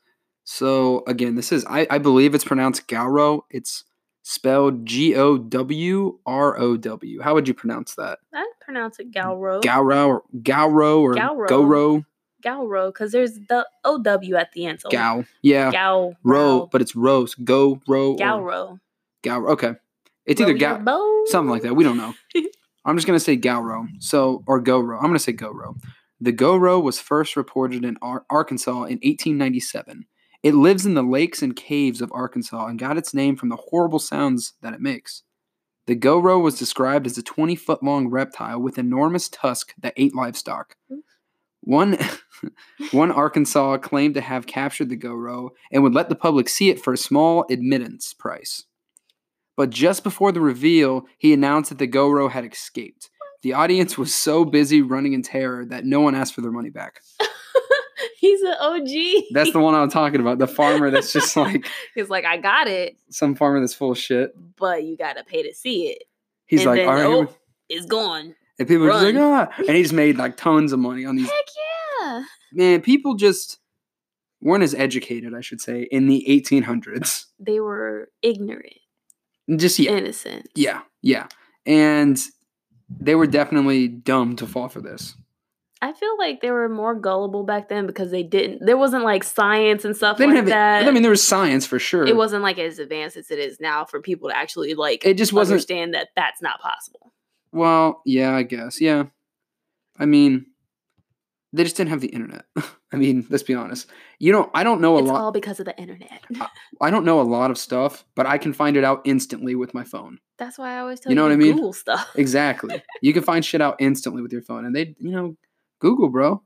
Speaker 1: So again, this is I, I believe it's pronounced Gauro. It's spelled G O W R O W. How would you pronounce that?
Speaker 2: I'd pronounce it Galro.
Speaker 1: Gauro or Gauro or
Speaker 2: Gauro.
Speaker 1: Goro
Speaker 2: Galro, because there's the OW at the end. So
Speaker 1: Gao. Yeah.
Speaker 2: Gal.
Speaker 1: Ro, but it's Rose. Go Ro. or
Speaker 2: Galro.
Speaker 1: Gauro. Okay. It's either Gao. something like that. We don't know. I'm just gonna say Gowro. So or Goro. I'm gonna say Goro. The Goro was first reported in Ar- Arkansas in 1897. It lives in the lakes and caves of Arkansas and got its name from the horrible sounds that it makes. The Goro was described as a 20 foot long reptile with enormous tusk that ate livestock. One, one Arkansas claimed to have captured the Goro and would let the public see it for a small admittance price. But just before the reveal, he announced that the Goro had escaped. The audience was so busy running in terror that no one asked for their money back.
Speaker 2: He's an OG.
Speaker 1: That's the one I'm talking about. The farmer that's just like
Speaker 2: He's like, I got it,
Speaker 1: some farmer that's full of shit.
Speaker 2: but you gotta pay to see it.
Speaker 1: He's
Speaker 2: And
Speaker 1: like,
Speaker 2: then,
Speaker 1: all right. here we-"
Speaker 2: oh, it's gone.
Speaker 1: And people are just like,
Speaker 2: run.
Speaker 1: ah. And he just made like tons of money on these.
Speaker 2: Heck yeah.
Speaker 1: Man, people just weren't as educated, I should say, in the 1800s.
Speaker 2: They were ignorant,
Speaker 1: Just yet.
Speaker 2: innocent.
Speaker 1: Yeah. Yeah. And they were definitely dumb to fall for this.
Speaker 2: I feel like they were more gullible back then because they didn't. There wasn't like science and stuff
Speaker 1: They
Speaker 2: like
Speaker 1: didn't have
Speaker 2: that.
Speaker 1: I mean, there was science for sure.
Speaker 2: it wasn't like as advanced as it is now for people to actually like
Speaker 1: It just wasn't
Speaker 2: understand that that's not possible.
Speaker 1: Well, yeah, I guess. Yeah. I mean, they just didn't have the internet. I mean, let's be honest. You know, I don't know a
Speaker 2: it's
Speaker 1: lot
Speaker 2: all because of the internet.
Speaker 1: I don't know a lot of stuff, but I can find it out instantly with my phone.
Speaker 2: That's why I always tell
Speaker 1: You
Speaker 2: you,
Speaker 1: know
Speaker 2: to
Speaker 1: what I mean?
Speaker 2: Google stuff.
Speaker 1: Exactly. you can find shit out instantly with your phone and they, you know, Google, bro.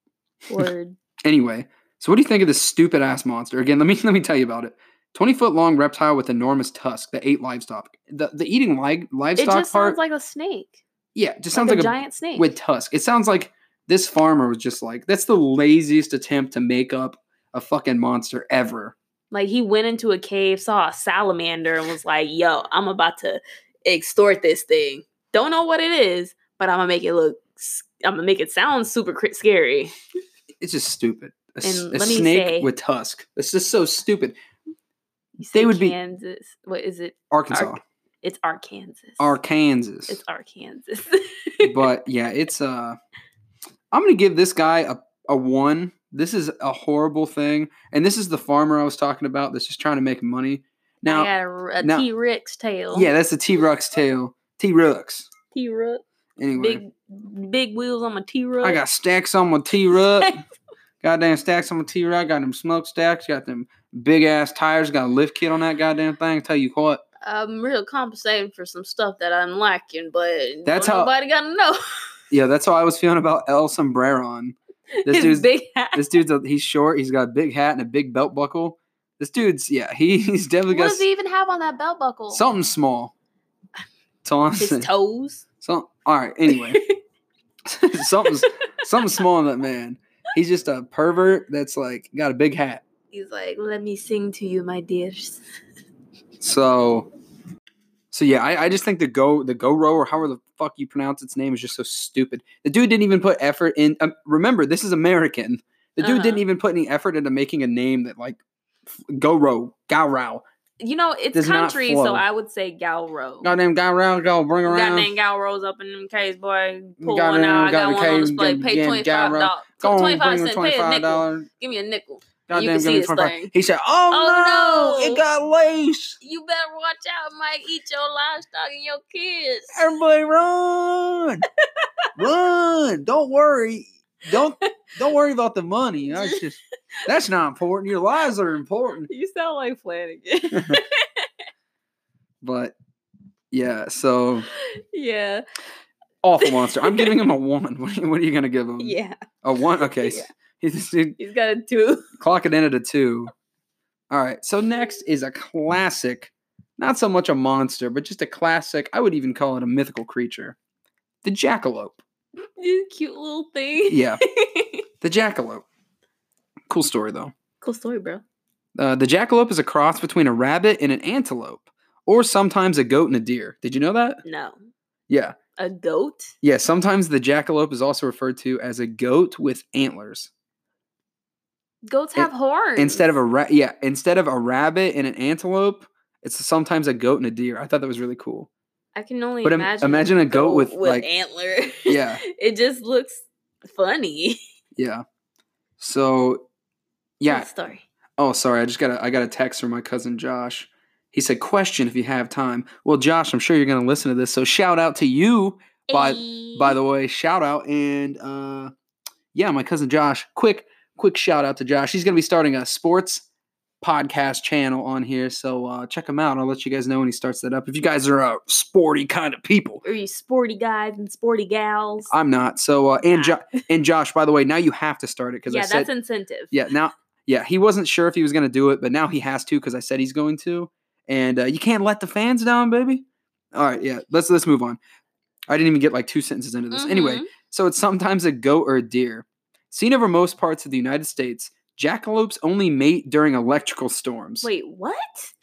Speaker 2: Word.
Speaker 1: Anyway, so what do you think of this stupid ass monster? Again, let me let me tell you about it. 20 foot long reptile with enormous tusk that ate livestock. The the eating li-
Speaker 2: It
Speaker 1: livestock
Speaker 2: just
Speaker 1: part
Speaker 2: sounds like a snake.
Speaker 1: Yeah, just
Speaker 2: Like
Speaker 1: sounds
Speaker 2: a
Speaker 1: like a
Speaker 2: giant snake.
Speaker 1: with Tusk. It sounds like this farmer was just like, that's the laziest attempt to make up a fucking monster ever.
Speaker 2: like he went into a cave, saw a salamander, and was like, "Yo, I'm about to extort this thing. Don't know what it is, but I'm gonna make it look. I'm gonna make it sound super cr- scary."
Speaker 1: It's just stupid. A, s-
Speaker 2: And
Speaker 1: a
Speaker 2: let me
Speaker 1: snake
Speaker 2: say-
Speaker 1: with Tusk. It's just so stupid.
Speaker 2: You
Speaker 1: They
Speaker 2: say
Speaker 1: would be-
Speaker 2: Kansas. What is it?
Speaker 1: Arkansas.
Speaker 2: It's Arkansas.
Speaker 1: Arkansas.
Speaker 2: It's Arkansas.
Speaker 1: but yeah, it's uh I'm gonna give this guy a, a one. This is a horrible thing. And this is the farmer I was talking about that's just trying to make money.
Speaker 2: I
Speaker 1: Now
Speaker 2: got a r- a
Speaker 1: now-
Speaker 2: T-Rex tail.
Speaker 1: yeah, that's the T Rex tail. T Rex.
Speaker 2: T-Rex.
Speaker 1: Anyway.
Speaker 2: Big, big wheels on my T-Rex.
Speaker 1: I got stacks on my T Rex. Goddamn stacks on the T Rod, got them smokestacks, got them big ass tires, got a lift kit on that goddamn thing. Tell you what,
Speaker 2: I'm real compensating for some stuff that I'm lacking, but
Speaker 1: That's
Speaker 2: don't
Speaker 1: how-
Speaker 2: nobody gotta know.
Speaker 1: yeah, that's how I was feeling about El Sombreron. This
Speaker 2: His
Speaker 1: dude's
Speaker 2: big hat.
Speaker 1: this dude's a, he's short, he's got a big hat and a big belt buckle. This dude's yeah, he, he's definitely
Speaker 2: What
Speaker 1: got
Speaker 2: does he even have on that belt buckle?
Speaker 1: something small. So I'm
Speaker 2: His
Speaker 1: saying.
Speaker 2: toes.
Speaker 1: So all right, anyway, something's something's small in that man. He's just a pervert that's like got a big hat.
Speaker 2: He's like, let me sing to you, my dears.
Speaker 1: So, so yeah, I, I just think the go the go row or however the fuck you pronounce its name is just so stupid. The dude didn't even put effort in. Um, remember, this is American. The dude didn't
Speaker 2: Uh-huh.
Speaker 1: even put any effort into making a name that like go row, go row,
Speaker 2: You know, it's
Speaker 1: Does not
Speaker 2: country,
Speaker 1: flow.
Speaker 2: so I would say Galro.
Speaker 1: goddamn go row, go bring
Speaker 2: Goddamn
Speaker 1: around.
Speaker 2: Galro's up in them case, boy. Pull
Speaker 1: Goddamn
Speaker 2: one out. I
Speaker 1: got
Speaker 2: got
Speaker 1: the
Speaker 2: one on
Speaker 1: case,
Speaker 2: display.
Speaker 1: goddamn
Speaker 2: Pay twenty five
Speaker 1: Galro.
Speaker 2: dollars.
Speaker 1: Go on,
Speaker 2: Twenty
Speaker 1: bring
Speaker 2: five
Speaker 1: him
Speaker 2: cents. Pay a
Speaker 1: twenty-five
Speaker 2: nickel.
Speaker 1: dollars.
Speaker 2: Give me a nickel. You
Speaker 1: Goddamn,
Speaker 2: can
Speaker 1: give
Speaker 2: see
Speaker 1: me
Speaker 2: his
Speaker 1: 25.
Speaker 2: thing.
Speaker 1: He said,
Speaker 2: Oh,
Speaker 1: "Oh, no,
Speaker 2: no.
Speaker 1: it got lace.
Speaker 2: You better watch out, Mike. Eat your livestock and your kids.
Speaker 1: Everybody run, run! Don't worry, don't don't worry about the money. That's just that's not important. Your lives are important."
Speaker 2: You sound like Flanagan.
Speaker 1: But yeah, so
Speaker 2: yeah.
Speaker 1: awful monster. I'm giving him a one. What are you, what are you gonna give him?
Speaker 2: Yeah.
Speaker 1: a one. Okay,
Speaker 2: Yeah.
Speaker 1: he's, he
Speaker 2: He's got a two.
Speaker 1: clock it in at a two. All right. So next is a classic, not so much a monster, but just a classic. I would even call it a mythical creature, the jackalope.
Speaker 2: You cute little thing.
Speaker 1: Yeah, the jackalope. Cool story though.
Speaker 2: cool story, bro.
Speaker 1: Uh, the jackalope is a cross between a rabbit and an antelope, or sometimes a goat and a deer. Did you know that?
Speaker 2: No.
Speaker 1: Yeah.
Speaker 2: A goat?
Speaker 1: Yeah, sometimes the jackalope is also referred to as a goat with antlers.
Speaker 2: Goats
Speaker 1: In-
Speaker 2: have horns.
Speaker 1: Instead of a ra- yeah, instead of a rabbit and an antelope, it's sometimes a goat and a deer. I thought that was really cool.
Speaker 2: I can only
Speaker 1: But im-
Speaker 2: imagine.
Speaker 1: imagine a goat with, like-
Speaker 2: antler.
Speaker 1: Yeah.
Speaker 2: it just looks funny.
Speaker 1: Yeah. So yeah.
Speaker 2: Cool story.
Speaker 1: Oh, sorry. I just got a I got a text from my cousin Josh. He said, "Question if you have time." Well, Josh, I'm sure you're going to listen to this. So shout out to you, By- by the way. Shout out and uh yeah, my cousin Josh. Quick quick shout out to Josh. He's going to be starting a sports podcast channel on here. So uh check him out. I'll let you guys know when he starts that up. If you guys are a sporty kind of people,
Speaker 2: Are you sporty guys and sporty gals?
Speaker 1: I'm not. So uh and
Speaker 2: Nah.
Speaker 1: jo- and Josh, by the way, now you have to start it cuz
Speaker 2: yeah,
Speaker 1: I said
Speaker 2: that's incentive.
Speaker 1: yeah, now, yeah, he wasn't sure if he was going to do it, but now he has to because I said he's going to. And uh, you can't let the fans down, baby. All right, yeah, let's let's move on. I didn't even get like two sentences into this. Anyway,
Speaker 2: Mhm.
Speaker 1: so it's sometimes a goat or a deer. Seen over most parts of the United States, jackalopes only mate during electrical storms.
Speaker 2: Wait, what?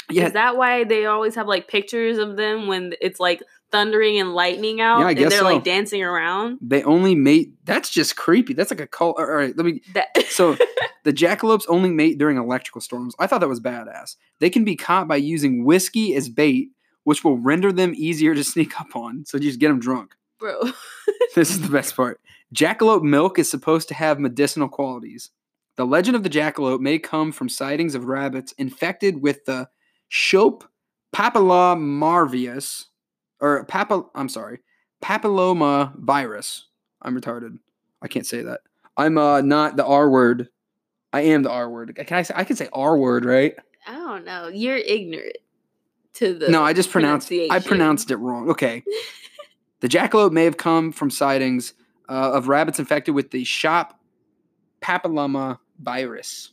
Speaker 1: yeah,
Speaker 2: Is that why they always have like pictures of them when it's like thundering and lightning out
Speaker 1: Yeah, I guess
Speaker 2: and they're
Speaker 1: so.
Speaker 2: like dancing around?
Speaker 1: they only mate. That's just creepy. That's like a cult. All right, let me
Speaker 2: That
Speaker 1: So the jackalopes only mate during electrical storms. I thought that was badass. They can be caught by using whiskey as bait, which will render them easier to sneak up on. So just get them drunk.
Speaker 2: bro.
Speaker 1: This is the best part. Jackalope milk is supposed to have medicinal qualities. The legend of the jackalope may come from sightings of rabbits infected with the Shope papillomavirus or papil I'm sorry, papilloma virus. I'm retarded. I can't say that. I'm uh not the R word. I am the R word. Can I say I can say R word, right?
Speaker 2: I don't know. You're ignorant to the
Speaker 1: no, I just pronounced I
Speaker 2: pronunciation.
Speaker 1: pronounced it wrong. Okay. the jackalope may have come from sightings uh, of rabbits infected with the shop papilloma virus,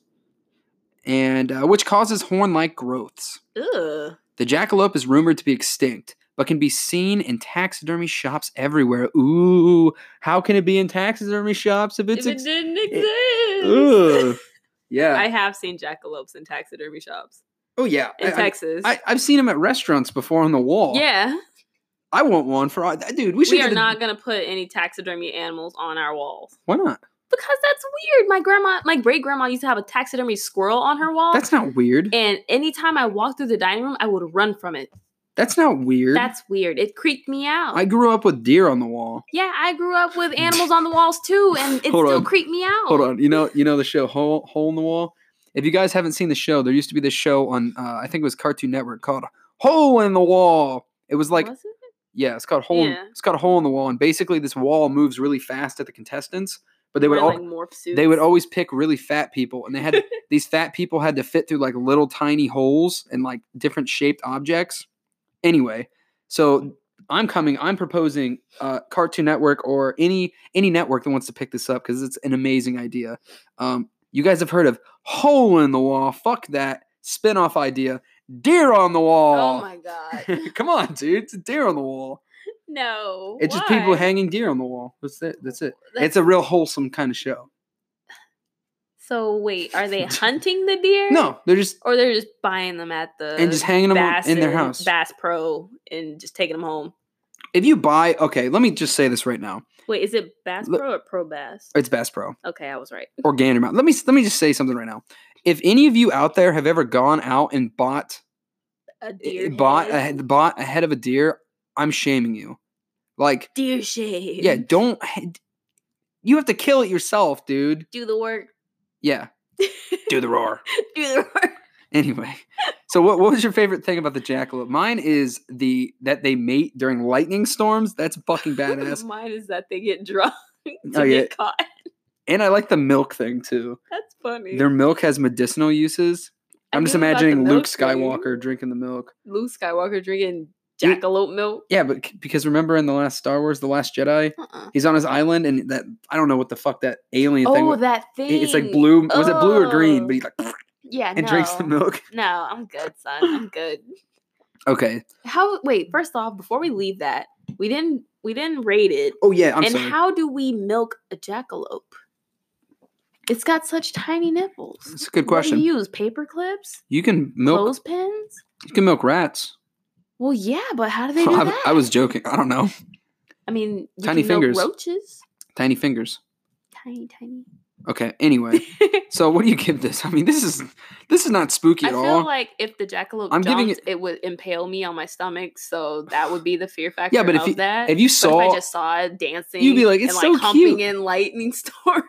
Speaker 1: and uh, which causes horn-like growths.
Speaker 2: Ugh.
Speaker 1: The jackalope is rumored to be extinct, but can be seen in taxidermy shops everywhere. Ooh, how can it be in taxidermy shops if it's
Speaker 2: If it
Speaker 1: ex-
Speaker 2: didn't
Speaker 1: Ugh.
Speaker 2: exist.
Speaker 1: yeah?
Speaker 2: I have seen jackalopes in taxidermy shops
Speaker 1: oh yeah,
Speaker 2: in
Speaker 1: I- I,
Speaker 2: Texas.
Speaker 1: I, I've seen them at restaurants before on the wall.
Speaker 2: yeah,
Speaker 1: I want one for uh, dude. We should
Speaker 2: we
Speaker 1: get
Speaker 2: are
Speaker 1: a-
Speaker 2: not going to put any taxidermy animals on our walls
Speaker 1: Why not?
Speaker 2: because that's weird. My grandma, my great grandma, used to have a taxidermy squirrel on her wall.
Speaker 1: That's not weird.
Speaker 2: and anytime I walked through the dining room, I would run from it.
Speaker 1: That's not weird.
Speaker 2: That's weird. It creeped me out.
Speaker 1: I grew up with deer on the wall.
Speaker 2: yeah, I grew up with animals on the walls too, and it
Speaker 1: Hold
Speaker 2: still
Speaker 1: on.
Speaker 2: creeped me out.
Speaker 1: Hold on, you know, you know the show Hole Hole in the Wall. If you guys haven't seen the show, there used to be this show on uh, I think it was Cartoon Network called Hole in the Wall. It was like
Speaker 2: Was it?
Speaker 1: yeah, it's called Hole. in-
Speaker 2: Yeah.
Speaker 1: it's called Hole in the Wall, and basically this wall moves really fast at the contestants, But they would
Speaker 2: wear,
Speaker 1: all,
Speaker 2: like morph suits.
Speaker 1: they would always pick really fat people, and they had these fat people had to fit through like little tiny holes and like different shaped objects. Anyway, so I'm coming. I'm proposing uh, Cartoon Network or any any network that wants to pick this up because it's an amazing idea. Um, you guys have heard of hole in the wall? Fuck that spin-off idea. Deer on the
Speaker 2: Oh
Speaker 1: wall.
Speaker 2: my god.
Speaker 1: Come on, dude. It's a deer on the wall.
Speaker 2: no.
Speaker 1: It's just people
Speaker 2: why?
Speaker 1: hanging deer on the wall. That's it. That's it.
Speaker 2: That's-
Speaker 1: it's a real wholesome kind of show.
Speaker 2: So wait, are they hunting the deer?
Speaker 1: No, they're just
Speaker 2: Or they're just buying them at the
Speaker 1: and just hanging them on-
Speaker 2: Bass
Speaker 1: in their
Speaker 2: and-
Speaker 1: house.
Speaker 2: Bass Pro and just taking them home.
Speaker 1: If you buy, okay, let me just say this right now.
Speaker 2: Wait, is it Bass
Speaker 1: Look-
Speaker 2: Pro or Pro Bass?
Speaker 1: It's Bass Pro
Speaker 2: Okay, I was right.
Speaker 1: or Gander Mountain. Let me let me just say something right now. If any of you out there have ever gone out and bought eh,
Speaker 2: A deer
Speaker 1: bought
Speaker 2: head.
Speaker 1: a, bought a head of a deer, I'm shaming you. Like,
Speaker 2: deer shade.
Speaker 1: yeah, don't. You have to kill it yourself, dude.
Speaker 2: do the work.
Speaker 1: Yeah, do the roar.
Speaker 2: Do the work.
Speaker 1: Anyway, so what, what was your favorite thing about the jackalope? Mine is the that they mate during lightning storms. That's fucking badass.
Speaker 2: Mine is that they get drunk to
Speaker 1: Oh, yeah.
Speaker 2: get caught.
Speaker 1: and I like the milk thing too.
Speaker 2: That's funny.
Speaker 1: Their milk has medicinal uses.
Speaker 2: I
Speaker 1: I'm just
Speaker 2: knew about the
Speaker 1: imagining Luke
Speaker 2: milk thing.
Speaker 1: Skywalker drinking the milk.
Speaker 2: Luke Skywalker drinking
Speaker 1: You-
Speaker 2: jackalope milk.
Speaker 1: Yeah, but c- because remember in the last Star Wars, the Last Jedi,
Speaker 2: Uh-uh.
Speaker 1: he's on his island and that I don't know what the fuck that alien thing.
Speaker 2: Oh,
Speaker 1: wa-
Speaker 2: that
Speaker 1: i-
Speaker 2: thing.
Speaker 1: It's like blue. Was it blue or green? But
Speaker 2: Oh.
Speaker 1: he like
Speaker 2: Yeah,
Speaker 1: and drinks the
Speaker 2: no.
Speaker 1: milk.
Speaker 2: No, I'm good, son. I'm good.
Speaker 1: Okay.
Speaker 2: How? Wait. First off, before we leave that, we didn't we didn't rate it.
Speaker 1: Oh yeah, I'm
Speaker 2: and
Speaker 1: sorry.
Speaker 2: how do we milk a jackalope? It's got such tiny nipples.
Speaker 1: It's a good
Speaker 2: What do
Speaker 1: question.
Speaker 2: you use paper clips,
Speaker 1: You can milk.
Speaker 2: clothespins?
Speaker 1: You can milk rats.
Speaker 2: Well, yeah, but how do they do
Speaker 1: I,
Speaker 2: that?
Speaker 1: I was joking. I don't know.
Speaker 2: I mean, you
Speaker 1: Tiny
Speaker 2: can milk
Speaker 1: fingers.
Speaker 2: roaches,
Speaker 1: Tiny fingers.
Speaker 2: tiny, tiny.
Speaker 1: Okay. Anyway, so what do you give this? I mean, this is this is not spooky
Speaker 2: I
Speaker 1: at
Speaker 2: feel
Speaker 1: all.
Speaker 2: like if the jackalope
Speaker 1: I'm
Speaker 2: jumped,
Speaker 1: giving
Speaker 2: it... would impale me on my stomach, so that would be the fear factor.
Speaker 1: but if
Speaker 2: of
Speaker 1: you-
Speaker 2: that,
Speaker 1: if you
Speaker 2: But if
Speaker 1: saw,
Speaker 2: I just saw it dancing,
Speaker 1: like, "It's
Speaker 2: and,
Speaker 1: so
Speaker 2: like humping
Speaker 1: cute."
Speaker 2: in lightning storm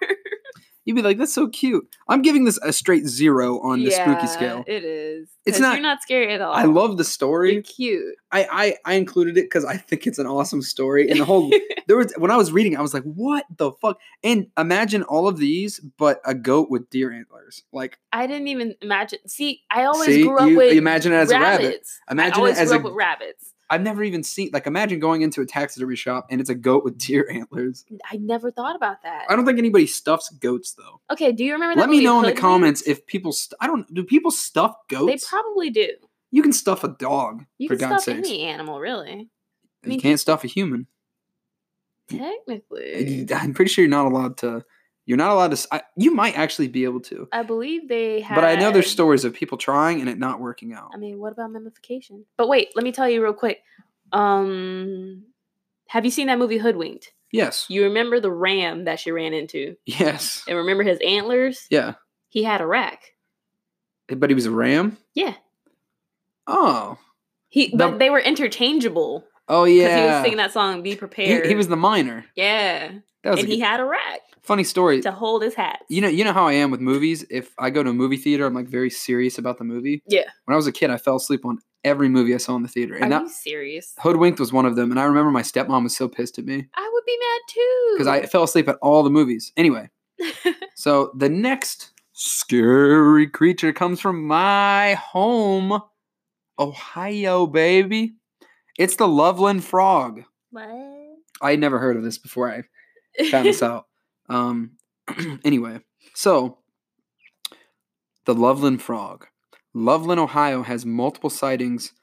Speaker 1: you'd be like, "That's so cute." I'm giving this a straight zero on the spooky scale.
Speaker 2: It is.
Speaker 1: It's
Speaker 2: 'cause
Speaker 1: not-
Speaker 2: You're not scary at all.
Speaker 1: I love the story.
Speaker 2: You're cute.
Speaker 1: I I, I included it because I think it's an awesome story. And the whole there was when I was reading, I was like, "What the fuck?" And imagine all of these, but a goat with deer antlers. Like,
Speaker 2: I didn't even imagine. See, I always
Speaker 1: see,
Speaker 2: grew up
Speaker 1: you
Speaker 2: with
Speaker 1: imagine it as a rabbit.
Speaker 2: rabbits. I
Speaker 1: Imagine it
Speaker 2: always
Speaker 1: as
Speaker 2: grew
Speaker 1: a.
Speaker 2: up with rabbits.
Speaker 1: I've never even seen like imagine going into a taxidermy shop and it's a goat with deer antlers.
Speaker 2: I never thought about that.
Speaker 1: I don't think anybody stuffs goats though.
Speaker 2: Okay, do you remember? That
Speaker 1: Let me
Speaker 2: movie,
Speaker 1: know in the
Speaker 2: Hoodlums?
Speaker 1: comments if people. St- I don't. Do people stuff
Speaker 2: They
Speaker 1: goats?
Speaker 2: probably do.
Speaker 1: you can stuff a dog.
Speaker 2: You
Speaker 1: for
Speaker 2: can stuff
Speaker 1: God's sake,
Speaker 2: any animal, really.
Speaker 1: you
Speaker 2: mean-
Speaker 1: can't stuff a human.
Speaker 2: Technically,
Speaker 1: I'm pretty sure you're not allowed to. You're not allowed to. s- I, you might actually be able to,
Speaker 2: I believe they have.
Speaker 1: but I know there's stories of people trying and it not working out.
Speaker 2: I mean, what about mummification? But wait, let me tell you real quick. Um, have you seen that movie Hoodwinked?
Speaker 1: Yes.
Speaker 2: You remember the ram that she ran into,
Speaker 1: Yes.
Speaker 2: and remember his antlers?
Speaker 1: Yeah.
Speaker 2: He had a rack.
Speaker 1: But he was a ram.
Speaker 2: Yeah,
Speaker 1: Oh.
Speaker 2: he.
Speaker 1: The-
Speaker 2: But they were interchangeable
Speaker 1: Oh
Speaker 2: because he
Speaker 1: yeah.
Speaker 2: was singing that song "Be
Speaker 1: He-
Speaker 2: Prepared."
Speaker 1: he, was the miner.
Speaker 2: Yeah,
Speaker 1: That was
Speaker 2: and
Speaker 1: a
Speaker 2: he had a rack
Speaker 1: good- funny story.
Speaker 2: to hold his hat.
Speaker 1: You know, you know how I am with movies. If I go to a movie theater, I'm like very serious about the movie.
Speaker 2: Yeah.
Speaker 1: When I was a kid, I fell asleep on every movie I saw in the theater,
Speaker 2: Are
Speaker 1: and that
Speaker 2: you serious?
Speaker 1: Hoodwinked was one of them. And I remember my stepmom was so pissed at me
Speaker 2: I would be mad too.
Speaker 1: because I fell asleep at all the movies. Anyway, So the next scary creature comes from my home, Ohio, baby. It's the Loveland frog.
Speaker 2: what?
Speaker 1: I had never heard of this before I found this out. Um, anyway, so the Loveland frog. Loveland, Ohio has multiple sightings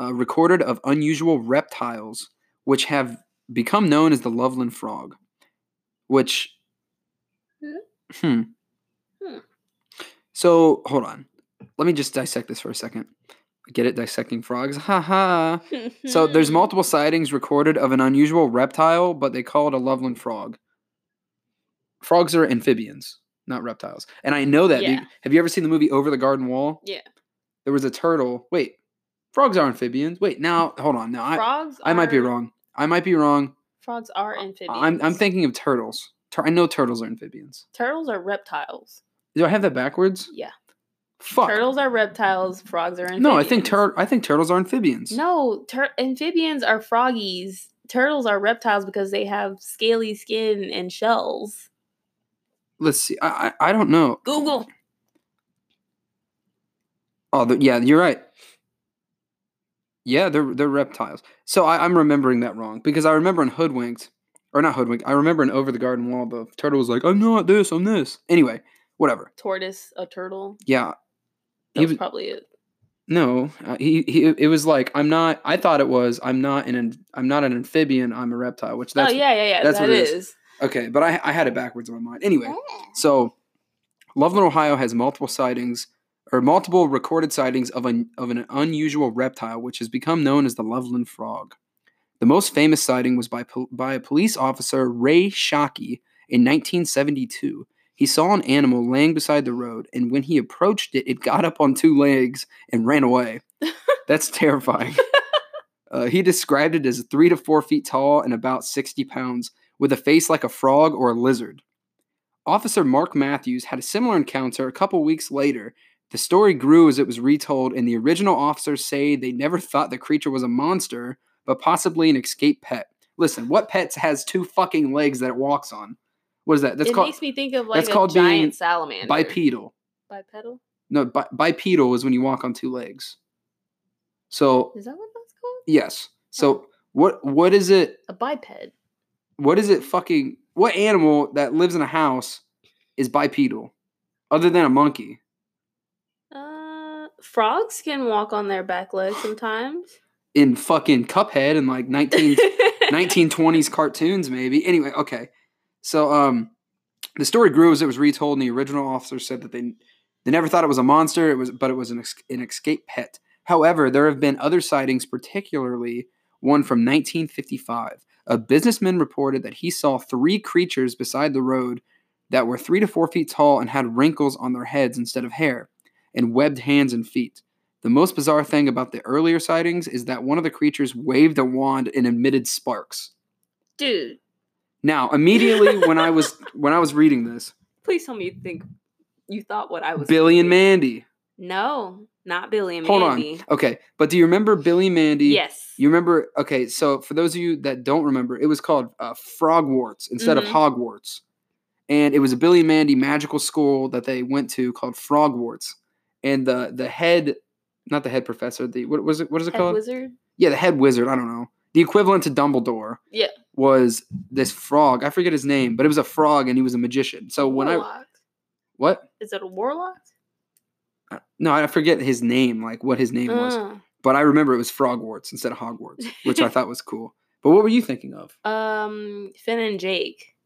Speaker 1: uh, recorded of unusual reptiles, which have become known as the Loveland frog. Which, hmm.
Speaker 2: Hmm.
Speaker 1: So hold on, let me just dissect this for a second. Get it, dissecting frogs. Ha ha. So
Speaker 2: Hmm.
Speaker 1: there's multiple sightings recorded of an unusual reptile, but they call it a Loveland frog. Frogs are amphibians, not reptiles. And I know that. be-
Speaker 2: Yeah.
Speaker 1: Have you ever seen the movie Over the Garden Wall?
Speaker 2: Yeah.
Speaker 1: There was a turtle. Wait, frogs are amphibians. Wait, now hold on. Now I,
Speaker 2: frogs.
Speaker 1: I might be
Speaker 2: are-
Speaker 1: wrong. I might be wrong.
Speaker 2: Frogs are amphibians.
Speaker 1: I'm I'm thinking of turtles. Tur- I know turtles are amphibians.
Speaker 2: turtles are reptiles.
Speaker 1: Do I have that backwards?
Speaker 2: Yeah,
Speaker 1: Fuck.
Speaker 2: turtles are reptiles. Frogs are amphibians.
Speaker 1: no, I think tur- I think turtles are amphibians.
Speaker 2: No, tur- amphibians are froggies. Turtles are reptiles because they have scaly skin and shells.
Speaker 1: Let's see. I I, I don't know.
Speaker 2: Google.
Speaker 1: Oh, the, yeah, you're right. Yeah, they're they're reptiles. So I, I'm remembering that wrong because I remember in Hoodwinked, or not Hoodwinked. I remember in Over the Garden Wall, the turtle was like, "I'm not this. I'm this." Anyway, whatever.
Speaker 2: Tortoise, a turtle.
Speaker 1: Yeah, He
Speaker 2: That was
Speaker 1: was-
Speaker 2: probably it. Oh,
Speaker 1: no. Uh, he he. It was like I'm not. I thought it was I'm not an I'm not an amphibian. I'm a reptile. Which
Speaker 2: Oh
Speaker 1: that's
Speaker 2: yeah, yeah, yeah.
Speaker 1: that's
Speaker 2: that
Speaker 1: what it is.
Speaker 2: is.
Speaker 1: okay. But I I had it backwards in my mind. Anyway, So, Loveland, Ohio has multiple sightings or multiple recorded sightings of an, of an unusual reptile, which has become known as the Loveland frog. The most famous sighting was by, pol- by a police officer, Ray Shockey, in 1972. He saw an animal laying beside the road, and when he approached it, it got up on two legs and ran away. That's terrifying. Uh, he described it as three to four feet tall and about 60 pounds, with a face like a frog or a lizard. Officer Mark Matthews had a similar encounter a couple weeks later. The story grew as it was retold, and the original officers say they never thought the creature was a monster, but possibly an escaped pet. Listen, what pet has two fucking legs that it walks on? What is that? That's
Speaker 2: it
Speaker 1: called
Speaker 2: makes me think of like
Speaker 1: that's
Speaker 2: a
Speaker 1: called being
Speaker 2: giant salamander.
Speaker 1: bipedal.
Speaker 2: Bipedal.
Speaker 1: No, bi- bipedal is when you walk on two legs. So
Speaker 2: Is that what that's called?
Speaker 1: yes. So what what is it?
Speaker 2: A biped.
Speaker 1: What is it? Fucking what animal that lives in a house is bipedal, other than a monkey?
Speaker 2: Uh, frogs can walk on their back legs sometimes.
Speaker 1: in fucking Cuphead in like 19, 1920s cartoons, maybe. Anyway, okay. So um, the story grew as it was retold, and the original officer said that they they never thought it was a monster. It was, but it was an, ex- an escape pet. However, there have been other sightings, particularly one from 1955. A businessman reported that he saw three creatures beside the road that were three to four feet tall and had wrinkles on their heads instead of hair, and webbed hands and feet. The most bizarre thing about the earlier sightings is that one of the creatures waved a wand and emitted sparks.
Speaker 2: Dude,
Speaker 1: Now, immediately when I was when I was reading this,
Speaker 2: please tell me you think you thought what I was.
Speaker 1: Billy and
Speaker 2: thinking.
Speaker 1: Mandy.
Speaker 2: No, not Billy and
Speaker 1: Hold
Speaker 2: Mandy.
Speaker 1: on. Okay, but do you remember Billy and Mandy?
Speaker 2: Yes.
Speaker 1: You remember? Okay, so for those of you that don't remember, it was called uh, Frogwarts instead
Speaker 2: Mhm.
Speaker 1: of Hogwarts, and it was a Billy and Mandy magical school that they went to called Frogwarts, and the the head, not the head professor, the what was it? What is it
Speaker 2: Head
Speaker 1: called?
Speaker 2: wizard.
Speaker 1: yeah, the head wizard, I don't know. The equivalent to Dumbledore.
Speaker 2: Yeah.
Speaker 1: Was this frog. I forget his name, but it was a frog and he was a magician. So when I
Speaker 2: warlock.
Speaker 1: what? Uh,
Speaker 2: is it a warlock?
Speaker 1: No, I forget his name, like what his name was.
Speaker 2: Uh,
Speaker 1: But I remember it was Frogwarts instead of Hogwarts, which I thought was cool. But what were you thinking of?
Speaker 2: um, Finn and Jake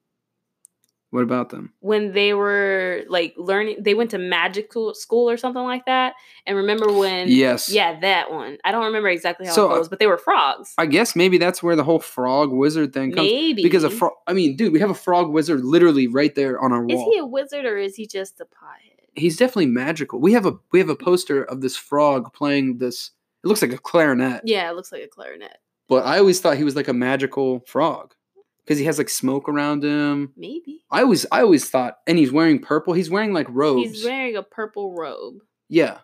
Speaker 1: What about them?
Speaker 2: when they were like learning, they went to magical school or something like that. And remember when?
Speaker 1: yes.
Speaker 2: Yeah, that one. I don't remember exactly how
Speaker 1: So, uh,
Speaker 2: it goes, but they were frogs.
Speaker 1: I guess maybe that's where the whole frog wizard thing comes
Speaker 2: Maybe
Speaker 1: because a frog. I mean, dude, we have a frog wizard literally right there on our
Speaker 2: Is
Speaker 1: wall.
Speaker 2: he a wizard or is he just a pothead?
Speaker 1: He's definitely magical. We have a we have a poster of this frog playing this. It looks like a clarinet.
Speaker 2: Yeah, it looks like a clarinet.
Speaker 1: But I always thought he was like a magical frog because he has like smoke around him.
Speaker 2: Maybe
Speaker 1: I always, I always thought, and he's wearing purple. He's wearing like robes.
Speaker 2: he's wearing a purple robe.
Speaker 1: yeah.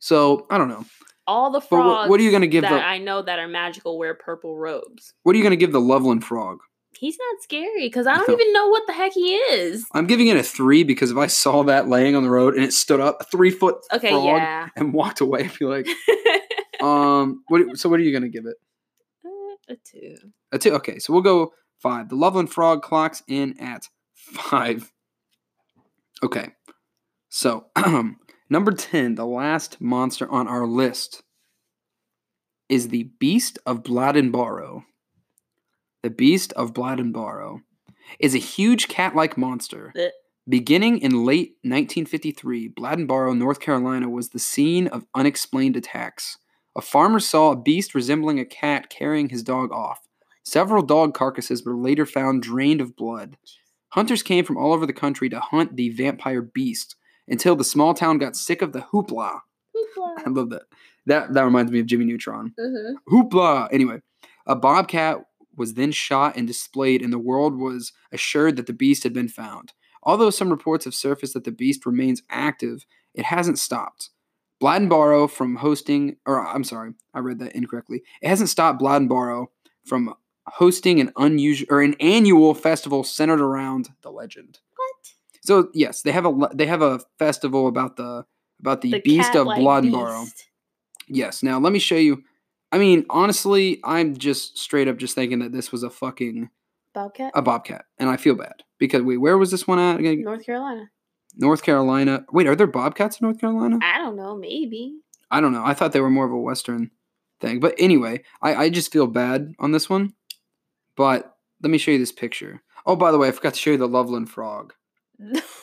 Speaker 1: So I don't know.
Speaker 2: All the
Speaker 1: But
Speaker 2: frogs.
Speaker 1: what, what are you gonna give
Speaker 2: that
Speaker 1: the
Speaker 2: I know that are magical wear purple robes.
Speaker 1: What are you gonna give the Loveland frog?
Speaker 2: He's not scary because I don't even know what the heck he is.
Speaker 1: I'm giving it a three because if I saw that laying on the road and it stood up, a three foot
Speaker 2: Okay,
Speaker 1: frog,
Speaker 2: yeah.
Speaker 1: and walked away, I'd be like,
Speaker 2: Uh,
Speaker 1: um, what? So what are you gonna give it?
Speaker 2: a two.
Speaker 1: A Uh, two. Okay, so we'll go five. The Loveland Frog clocks in at five. Okay, so number ten, the last monster on our list is the Beast of Bladenbarrow. The Beast of Bladenbarrow is a huge cat-like monster.
Speaker 2: Blech.
Speaker 1: Beginning in late 1953, Bladenbarrow, North Carolina, was the scene of unexplained attacks. A farmer saw a beast resembling a cat carrying his dog off. Several dog carcasses were later found drained of blood. Hunters came from all over the country to hunt the vampire beast until the small town got sick of the hoopla. I love that. That that reminds me of Jimmy Neutron.
Speaker 2: Mhm.
Speaker 1: Hoopla! Anyway, a bobcat was then shot and displayed, and the world was assured that the beast had been found. Although some reports have surfaced that the beast remains active, it hasn't stopped. Bladenbarrow from hosting, or I'm sorry, I read that incorrectly. It hasn't stopped Bladenbarrow from hosting an unusual or an annual festival centered around the legend.
Speaker 2: What?
Speaker 1: So So yes, they have a they have a festival about the about the, beast of
Speaker 2: cat-like
Speaker 1: Bloodboro.
Speaker 2: beast.
Speaker 1: Yes. Now let me show you. I mean, honestly, I'm just straight up just thinking that this was a fucking
Speaker 2: Bobcat,
Speaker 1: a bobcat, and I feel bad because wait, where was this one at again?
Speaker 2: North Carolina.
Speaker 1: North Carolina. Wait, are there bobcats in North Carolina?
Speaker 2: I don't know, maybe.
Speaker 1: I don't know. I thought they were more of a Western thing. But anyway, I, I just feel bad on this one. But let me show you this picture. Oh, by the way, I forgot to show you the Loveland frog.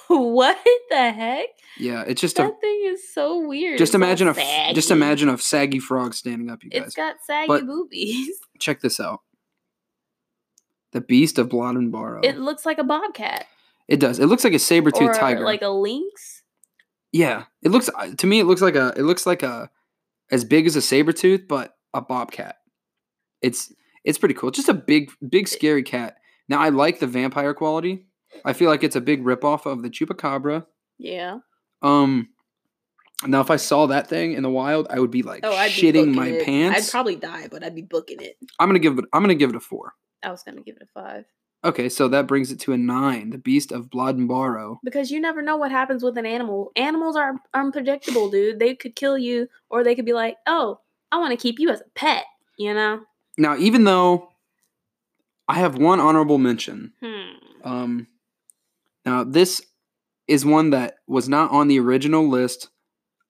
Speaker 2: what the heck?
Speaker 1: Yeah, it's just a
Speaker 2: that thing is so weird.
Speaker 1: just
Speaker 2: It's all
Speaker 1: imagine a f- just
Speaker 2: saggy.
Speaker 1: imagine a saggy frog standing up, you guys.
Speaker 2: It's got saggy
Speaker 1: But-
Speaker 2: boobies.
Speaker 1: Check this out. The beast of Bladenboro.
Speaker 2: It looks like a bobcat
Speaker 1: It does. It looks like a saber-tooth
Speaker 2: or
Speaker 1: tiger.
Speaker 2: like a lynx.
Speaker 1: yeah. It looks I- to me it looks like a it looks like a as big as a saber-tooth but a bobcat. It's it's pretty cool. Just a big big scary cat. Now I like the vampire quality. I feel like it's a big ripoff of the chupacabra.
Speaker 2: Yeah.
Speaker 1: Um now if I saw that thing in the wild, I would be like
Speaker 2: Oh, I'd be
Speaker 1: shitting
Speaker 2: booking
Speaker 1: my
Speaker 2: it.
Speaker 1: pants.
Speaker 2: I'd probably die, but I'd be booking it.
Speaker 1: I'm going to give it I'm going to give it a 4.
Speaker 2: I was gonna give it a five
Speaker 1: Okay, so that brings it to a 9, the beast of Bladenbaro.
Speaker 2: because you never know what happens with an animal. Animals are unpredictable, dude. They could kill you, or they could be like, "Oh, I want to keep you as a pet." You know?
Speaker 1: Now, even though I have one honorable mention,
Speaker 2: Hmm.
Speaker 1: um, now this is one that was not on the original list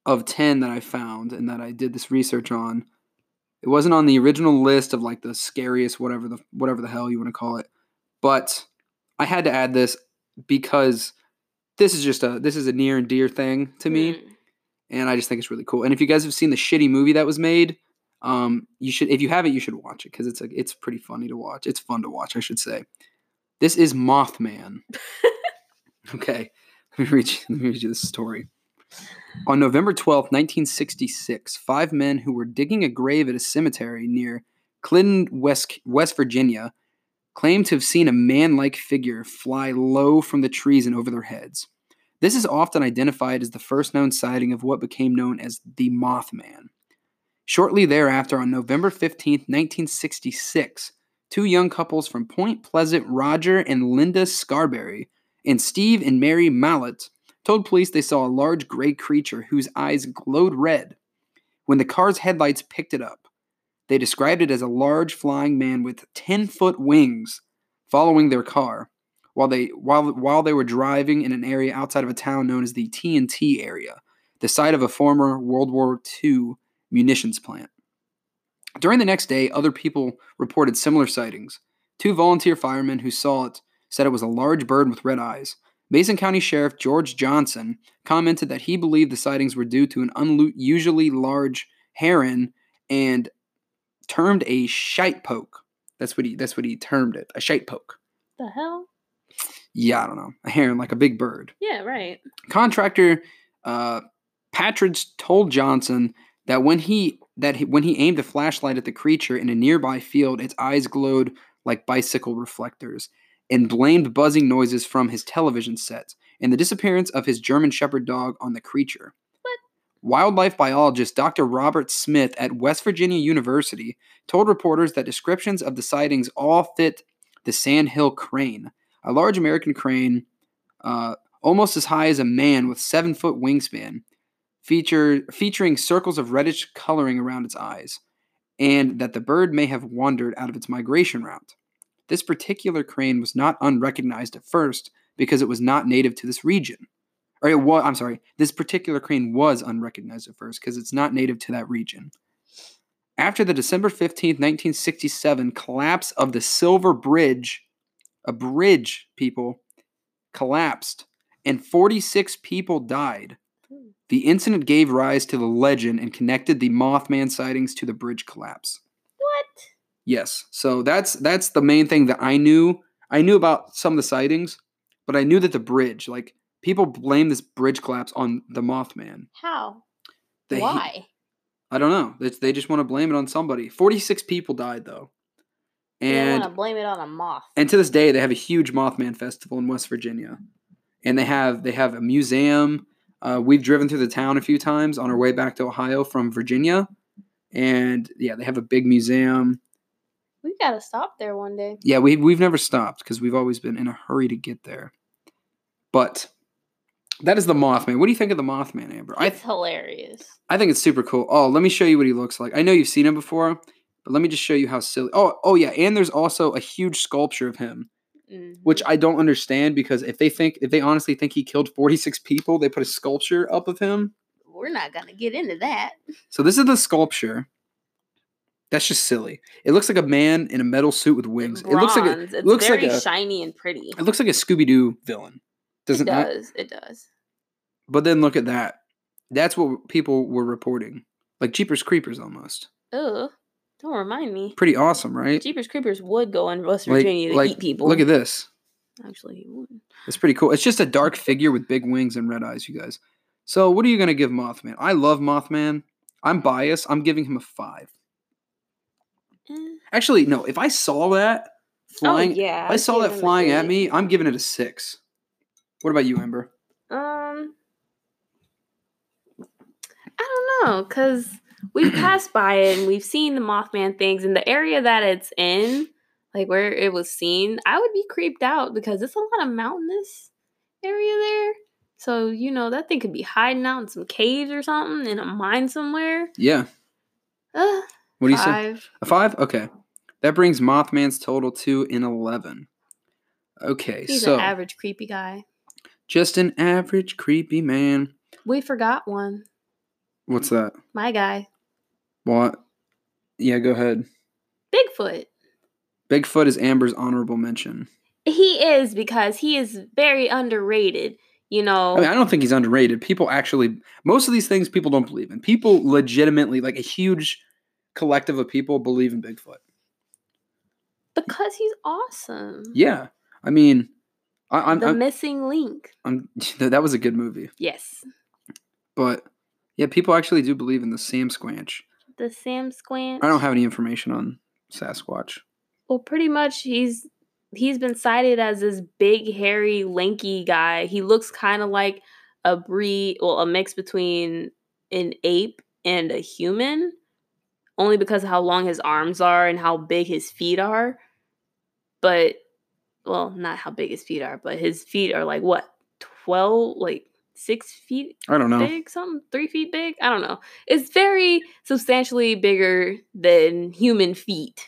Speaker 1: of 10 that I found and that I did this research on. It wasn't on the original list of like the scariest whatever the whatever the hell you want to call it. But I had to add this because this is just a this is a near and dear thing to me
Speaker 2: Hmm.
Speaker 1: and I just think it's really cool. And if you guys have seen the shitty movie that was made, um, you should. If you haven't, you should watch it because it's a, it's pretty funny to watch. It's fun to watch, I should say. This is Mothman. okay, let me read you, let me read you this story. On November twelfth, nineteen sixty six, five men who were digging a grave at a cemetery near Clinton, West West Virginia, claimed to have seen a man-like figure fly low from the trees and over their heads. This is often identified as the first known sighting of what became known as the Mothman. Shortly thereafter, on November 15, 1966, two young couples from Point Pleasant, Roger and Linda Scarberry, and Steve and Mary Mallet, told police they saw a large gray creature whose eyes glowed red. When the car's headlights picked it up, they described it as a large flying man with 10 foot wings following their car while they while while they were driving in an area outside of a town known as the TNT area, the site of a former World War II munitions plant. During the next day, other people reported similar sightings. Two volunteer firemen who saw it said it was a large bird with red eyes. Mason County Sheriff George Johnson commented that he believed the sightings were due to an unusually large heron and termed a shite poke. That's what he that's what he termed it, a shite poke
Speaker 2: The hell?
Speaker 1: yeah, I don't know, a heron, like a big bird.
Speaker 2: Yeah, right.
Speaker 1: Contractor uh, Patridge told Johnson that when he that he, when he aimed a flashlight at the creature in a nearby field, its eyes glowed like bicycle reflectors, and blamed buzzing noises from his television set and the disappearance of his German Shepherd dog on the creature.
Speaker 2: What?
Speaker 1: Wildlife biologist Dr. Robert Smith at West Virginia University told reporters that descriptions of the sightings all fit the sandhill crane, a large American crane uh, almost as high as a man with seven foot wingspan, feature, featuring circles of reddish coloring around its eyes, and that the bird may have wandered out of its migration route. This particular crane was not unrecognized at first because it was not native to this region. Or it was, I'm sorry, this particular crane was unrecognized at first because it's not native to that region. After the December 15th, 1967 collapse of the Silver Bridge, a bridge, people, collapsed and 46 people died.
Speaker 2: Hmm.
Speaker 1: The incident gave rise to the legend and connected the Mothman sightings to the bridge collapse.
Speaker 2: What?
Speaker 1: Yes. So that's that's the main thing that I knew. I knew about some of the sightings, but I knew that the bridge, like people blame this bridge collapse on the Mothman.
Speaker 2: How?
Speaker 1: They,
Speaker 2: Why?
Speaker 1: I don't know. They, they just want to blame it on somebody. 46 people died though.
Speaker 2: they
Speaker 1: And
Speaker 2: want to blame it on a moth.
Speaker 1: and to this day they have a huge mothman festival in west virginia and they have they have a museum uh, we've driven through the town a few times on our way back to ohio from virginia and yeah they have a big museum
Speaker 2: we gotta stop there one day.
Speaker 1: yeah we, we've never stopped because we've always been in a hurry to get there but That is the Mothman. What do you think of the Mothman, Amber? I
Speaker 2: It's hilarious.
Speaker 1: I think it's super cool. Oh, let me show you what he looks like. I know you've seen him before, but let me just show you how silly. Oh, oh yeah, and there's also a huge sculpture of him,
Speaker 2: Mhm.
Speaker 1: which I don't understand because if they think if they honestly think he killed 46 people, they put a sculpture up of him.
Speaker 2: We're not gonna get into that.
Speaker 1: So this is the sculpture. That's just silly. It looks like a man in a metal suit with wings. It looks like a,
Speaker 2: Bronze. it's
Speaker 1: looks like
Speaker 2: very
Speaker 1: a-
Speaker 2: shiny and pretty.
Speaker 1: it looks like a Scooby Doo villain.
Speaker 2: It
Speaker 1: Doesn't that?
Speaker 2: does. It does.
Speaker 1: But then look at that. That's what people were reporting. Like Jeepers Creepers almost.
Speaker 2: Ugh. Don't remind me.
Speaker 1: Pretty awesome, right?
Speaker 2: Jeepers Creepers would go in West
Speaker 1: Like-
Speaker 2: Virginia to
Speaker 1: like,
Speaker 2: eat people.
Speaker 1: Look at this.
Speaker 2: Actually, he would.
Speaker 1: It's pretty cool. It's just a dark figure with big wings and red eyes, you guys. So, what are you going to give Mothman? I love Mothman. I'm biased. I'm giving him a five.
Speaker 2: Eh.
Speaker 1: Actually, no, if I saw that flying,
Speaker 2: oh yeah.
Speaker 1: if I
Speaker 2: I'd
Speaker 1: saw
Speaker 2: give
Speaker 1: that
Speaker 2: him a
Speaker 1: flying at
Speaker 2: eight.
Speaker 1: me, I'm giving it a six. What about you, Amber?
Speaker 2: Um, I don't know, cause we've passed by it and we've seen the Mothman things in the area that it's in, like where it was seen. I would be creeped out because it's a lot of mountainous area there. So you know that thing could be hiding out in some caves or something in a mine somewhere.
Speaker 1: Yeah.
Speaker 2: Uh,
Speaker 1: What do you say?
Speaker 2: five.
Speaker 1: A five? Okay. That brings Mothman's total to an 11. Okay,
Speaker 2: He's
Speaker 1: so
Speaker 2: an average creepy guy.
Speaker 1: just an average creepy man.
Speaker 2: We forgot one.
Speaker 1: What's that?
Speaker 2: My guy,
Speaker 1: What? Yeah, go ahead.
Speaker 2: Bigfoot.
Speaker 1: Bigfoot is Amber's honorable mention.
Speaker 2: He is because he is very underrated. You know.
Speaker 1: I mean, I don't think he's underrated. People actually, most of these things people don't believe in. People legitimately, like a huge collective of people, believe in Bigfoot.
Speaker 2: Because he's awesome.
Speaker 1: Yeah, I mean, I, I'm,
Speaker 2: the
Speaker 1: I'm,
Speaker 2: missing link.
Speaker 1: I'm, that was a good movie,
Speaker 2: Yes.
Speaker 1: but yeah, people actually do believe in the Sam Squanch.
Speaker 2: The Sam Squanch.
Speaker 1: I don't have any information on Sasquatch.
Speaker 2: Well, pretty much he's he's been cited as this big, hairy, lanky guy. He looks kind of like a breed, well, a mix between an ape and a human, only because of how long his arms are and how big his feet are. But well, not how big his feet are, but his feet are like what twelve, like six feet
Speaker 1: I don't know.
Speaker 2: big, something three feet big. I don't know. It's very substantially bigger than human feet.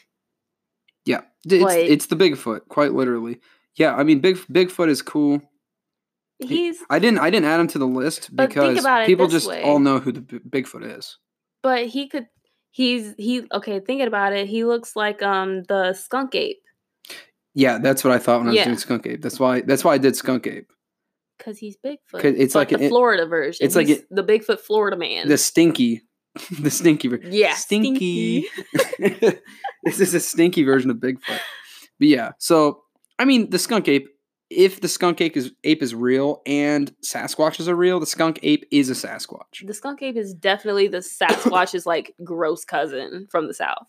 Speaker 1: Yeah, d- it's,
Speaker 2: Like-
Speaker 1: it's the Bigfoot, quite literally. Yeah, I mean, Big Bigfoot is cool.
Speaker 2: He's
Speaker 1: I didn't I didn't add him to the list
Speaker 2: But think
Speaker 1: because
Speaker 2: about it
Speaker 1: people
Speaker 2: this
Speaker 1: just
Speaker 2: way.
Speaker 1: all know who the B- Bigfoot is.
Speaker 2: but he could he's he okay, thinking about it, he looks like um the skunk ape
Speaker 1: Yeah, that's what I thought when I was
Speaker 2: Yeah.
Speaker 1: doing Skunk Ape. That's why that's why I did Skunk Ape.
Speaker 2: cuz he's Bigfoot.
Speaker 1: 'Cause it's
Speaker 2: but
Speaker 1: like
Speaker 2: the
Speaker 1: it-
Speaker 2: Florida version.
Speaker 1: it's like
Speaker 2: He's
Speaker 1: it-
Speaker 2: the Bigfoot Florida man.
Speaker 1: The stinky, the stinky, ver-
Speaker 2: yeah,
Speaker 1: stinky. this is a stinky version of Bigfoot. But yeah, so I mean, the Skunk Ape. If the Skunk Ape is ape is real and Sasquatches are real, the Skunk Ape is a Sasquatch.
Speaker 2: The skunk ape is definitely the Sasquatch's like gross cousin from the south.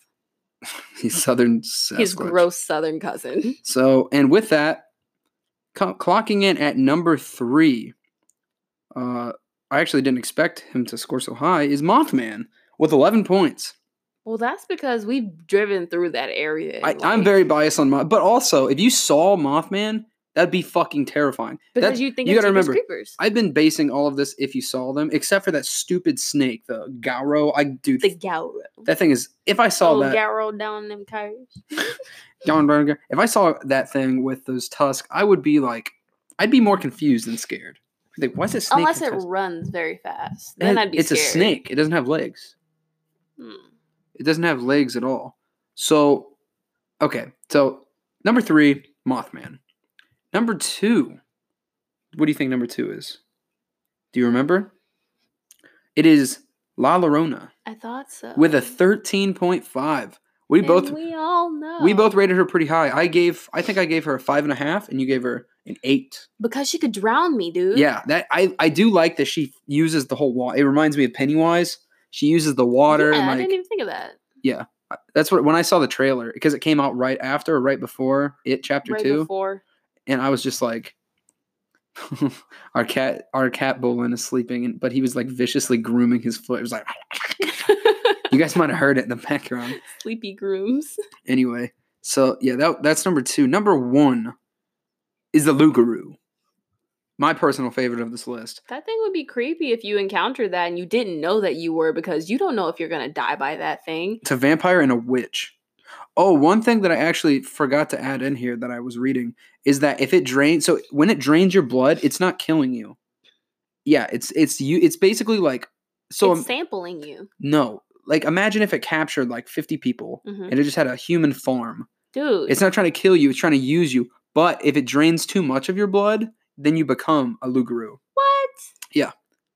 Speaker 1: He's southern Sasquatch.
Speaker 2: His gross southern cousin.
Speaker 1: So, and with that, co- clocking in at number three, uh, I actually didn't expect him to score so high, is Mothman with 11 points.
Speaker 2: Well, that's because we've driven through that area.
Speaker 1: I,
Speaker 2: and,
Speaker 1: I'm
Speaker 2: like-
Speaker 1: very biased on Moth, but also, if you saw Mothman, that'd be fucking terrifying.
Speaker 2: because
Speaker 1: That-
Speaker 2: you think
Speaker 1: you
Speaker 2: it's
Speaker 1: gotta
Speaker 2: Jeepers
Speaker 1: remember,
Speaker 2: creepers.
Speaker 1: I've been basing all of this if you saw them, except for that stupid snake, the Gauro. I do.
Speaker 2: the Gauro.
Speaker 1: that thing is. If I saw
Speaker 2: oh,
Speaker 1: that,
Speaker 2: Gauro down them tires.
Speaker 1: Gauro- if I saw that thing with those tusks, I would be like, I'd be more confused than scared. Like, why is it snake?
Speaker 2: Unless
Speaker 1: with
Speaker 2: it
Speaker 1: tusks?
Speaker 2: runs very fast, then
Speaker 1: It-
Speaker 2: I'd be
Speaker 1: it's a
Speaker 2: scared.
Speaker 1: snake. It doesn't have legs.
Speaker 2: Hmm.
Speaker 1: It doesn't have legs at all. So, okay. So number three, Mothman. Number two. What do you think number two is? Do you remember? It is La Llorona
Speaker 2: I thought so.
Speaker 1: with a thirteen point five. We
Speaker 2: And
Speaker 1: both we,
Speaker 2: we all know
Speaker 1: both rated her pretty high. I gave I think I gave her a five and a half, and you gave her an eight.
Speaker 2: because she could drown me, dude.
Speaker 1: Yeah, that I I do like that she uses the whole water. It reminds me of Pennywise. She uses the water
Speaker 2: Yeah,
Speaker 1: and
Speaker 2: I
Speaker 1: like
Speaker 2: didn't even think of that.
Speaker 1: I- that's what when I saw the trailer because it came out right after or right before it chapter
Speaker 2: Right
Speaker 1: two,
Speaker 2: before,
Speaker 1: and I was just like, our cat, our cat Bolin is sleeping, and but he was like viciously grooming his foot. It was like you guys might have heard it in the background.
Speaker 2: sleepy grooms.
Speaker 1: Anyway, so yeah, that that's number two. Number one is the Lugaroo. my personal favorite of this list.
Speaker 2: That thing would be creepy if you encountered that and you didn't know that you were because you don't know if you're going to die by that thing.
Speaker 1: It's a vampire and a witch. Oh, one thing that I actually forgot to add in here that I was reading is that if it drains, so when it drains your blood, it's not killing you. Yeah, it's it's you. It's basically like so.
Speaker 2: it's
Speaker 1: um,
Speaker 2: sampling you.
Speaker 1: no, like imagine if it captured like fifty people
Speaker 2: Mhm.
Speaker 1: and it just had a human farm.
Speaker 2: Dude.
Speaker 1: It's not trying to kill you. It's trying to use you. But if it drains too much of your blood, then you become a Lugaroo.
Speaker 2: what?
Speaker 1: Yeah.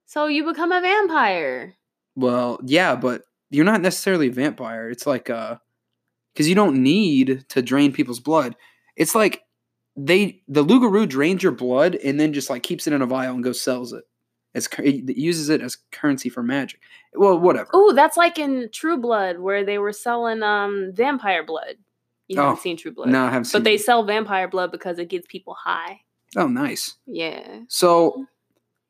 Speaker 2: So you become a vampire.
Speaker 1: Well, yeah, but you're not necessarily a vampire. It's like uh because you don't need to drain people's blood. It's like they the Lugaroo drains your blood and then just like keeps it in a vial and goes sells it. It's cur- it uses it as currency for magic. Well, whatever.
Speaker 2: Oh, that's like in True Blood where they were selling um vampire blood. You haven't
Speaker 1: Oh,
Speaker 2: seen True Blood.
Speaker 1: no, I haven't seen.
Speaker 2: But they
Speaker 1: it.
Speaker 2: sell vampire blood because it gets people high.
Speaker 1: oh, nice.
Speaker 2: Yeah.
Speaker 1: So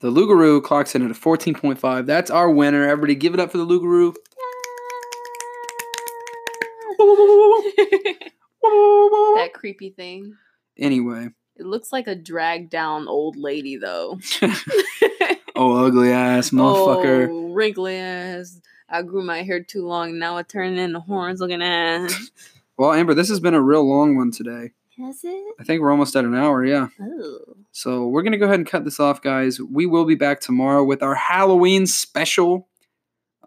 Speaker 1: the Lugaroo clocks in at a fourteen point five. That's our winner. Everybody, give it up for the Lugaroo.
Speaker 2: that creepy thing.
Speaker 1: Anyway,
Speaker 2: It looks like a dragged down old lady though.
Speaker 1: oh ugly ass motherfucker.
Speaker 2: Oh, wrinkly ass. I grew my hair too long. Now I turn into horns looking ass.
Speaker 1: Well, Amber, this has been a real long one today.
Speaker 2: Is it?
Speaker 1: I think we're almost at an hour, yeah.
Speaker 2: Oh.
Speaker 1: So we're going to go ahead and cut this off, guys. We will be back tomorrow with our Halloween special.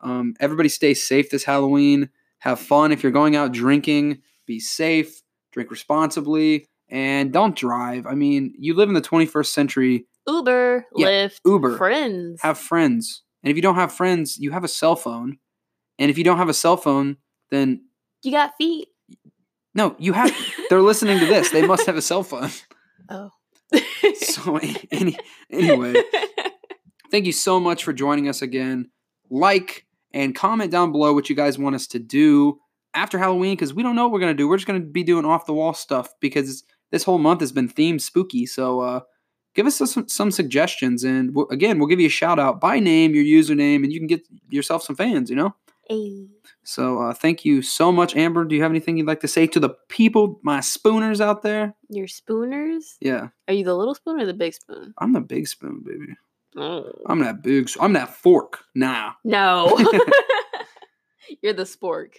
Speaker 1: Um, everybody stay safe this Halloween. Have fun. If you're going out drinking, be safe, drink responsibly, and don't drive. I mean, you live in the 21st century.
Speaker 2: Uber,
Speaker 1: Yeah,
Speaker 2: Lyft,
Speaker 1: Uber.
Speaker 2: friends.
Speaker 1: Have friends. And if you don't have friends, you have a cell phone. And if you don't have a cell phone, then
Speaker 2: you got feet.
Speaker 1: no, you have. They're listening to this. They must have a cell phone.
Speaker 2: Oh.
Speaker 1: So any, anyway. Thank you so much for joining us again. Like and comment down below what you guys want us to do after Halloween because we don't know what we're going to do. We're just going to be doing off the wall stuff because this whole month has been themed spooky. So uh, give us some, some suggestions. And we'll, again, we'll give you a shout out by name, your username, and you can get yourself some fans, you know?
Speaker 2: Ayy.
Speaker 1: So uh, thank you so much, Amber. Do you have anything you'd like to say to the people, my spooners out there?
Speaker 2: Your spooners?
Speaker 1: Yeah,
Speaker 2: Are you the little spoon or the big spoon?
Speaker 1: I'm the big spoon, baby.
Speaker 2: Oh.
Speaker 1: I'm that big, s- I'm that fork. Nah.
Speaker 2: No. You're the spork.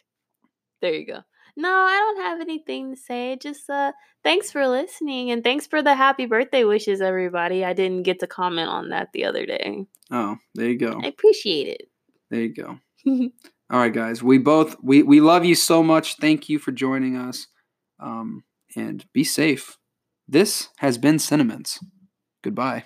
Speaker 2: There you go. No, I don't have anything to say. Just uh thanks for listening and thanks for the happy birthday wishes everybody. I didn't get to comment on that the other day.
Speaker 1: Oh, there you go.
Speaker 2: I appreciate it.
Speaker 1: There you go. All right, guys. We both we we love you so much. Thank you for joining us, um, and be safe. This has been Cinnamons. Goodbye.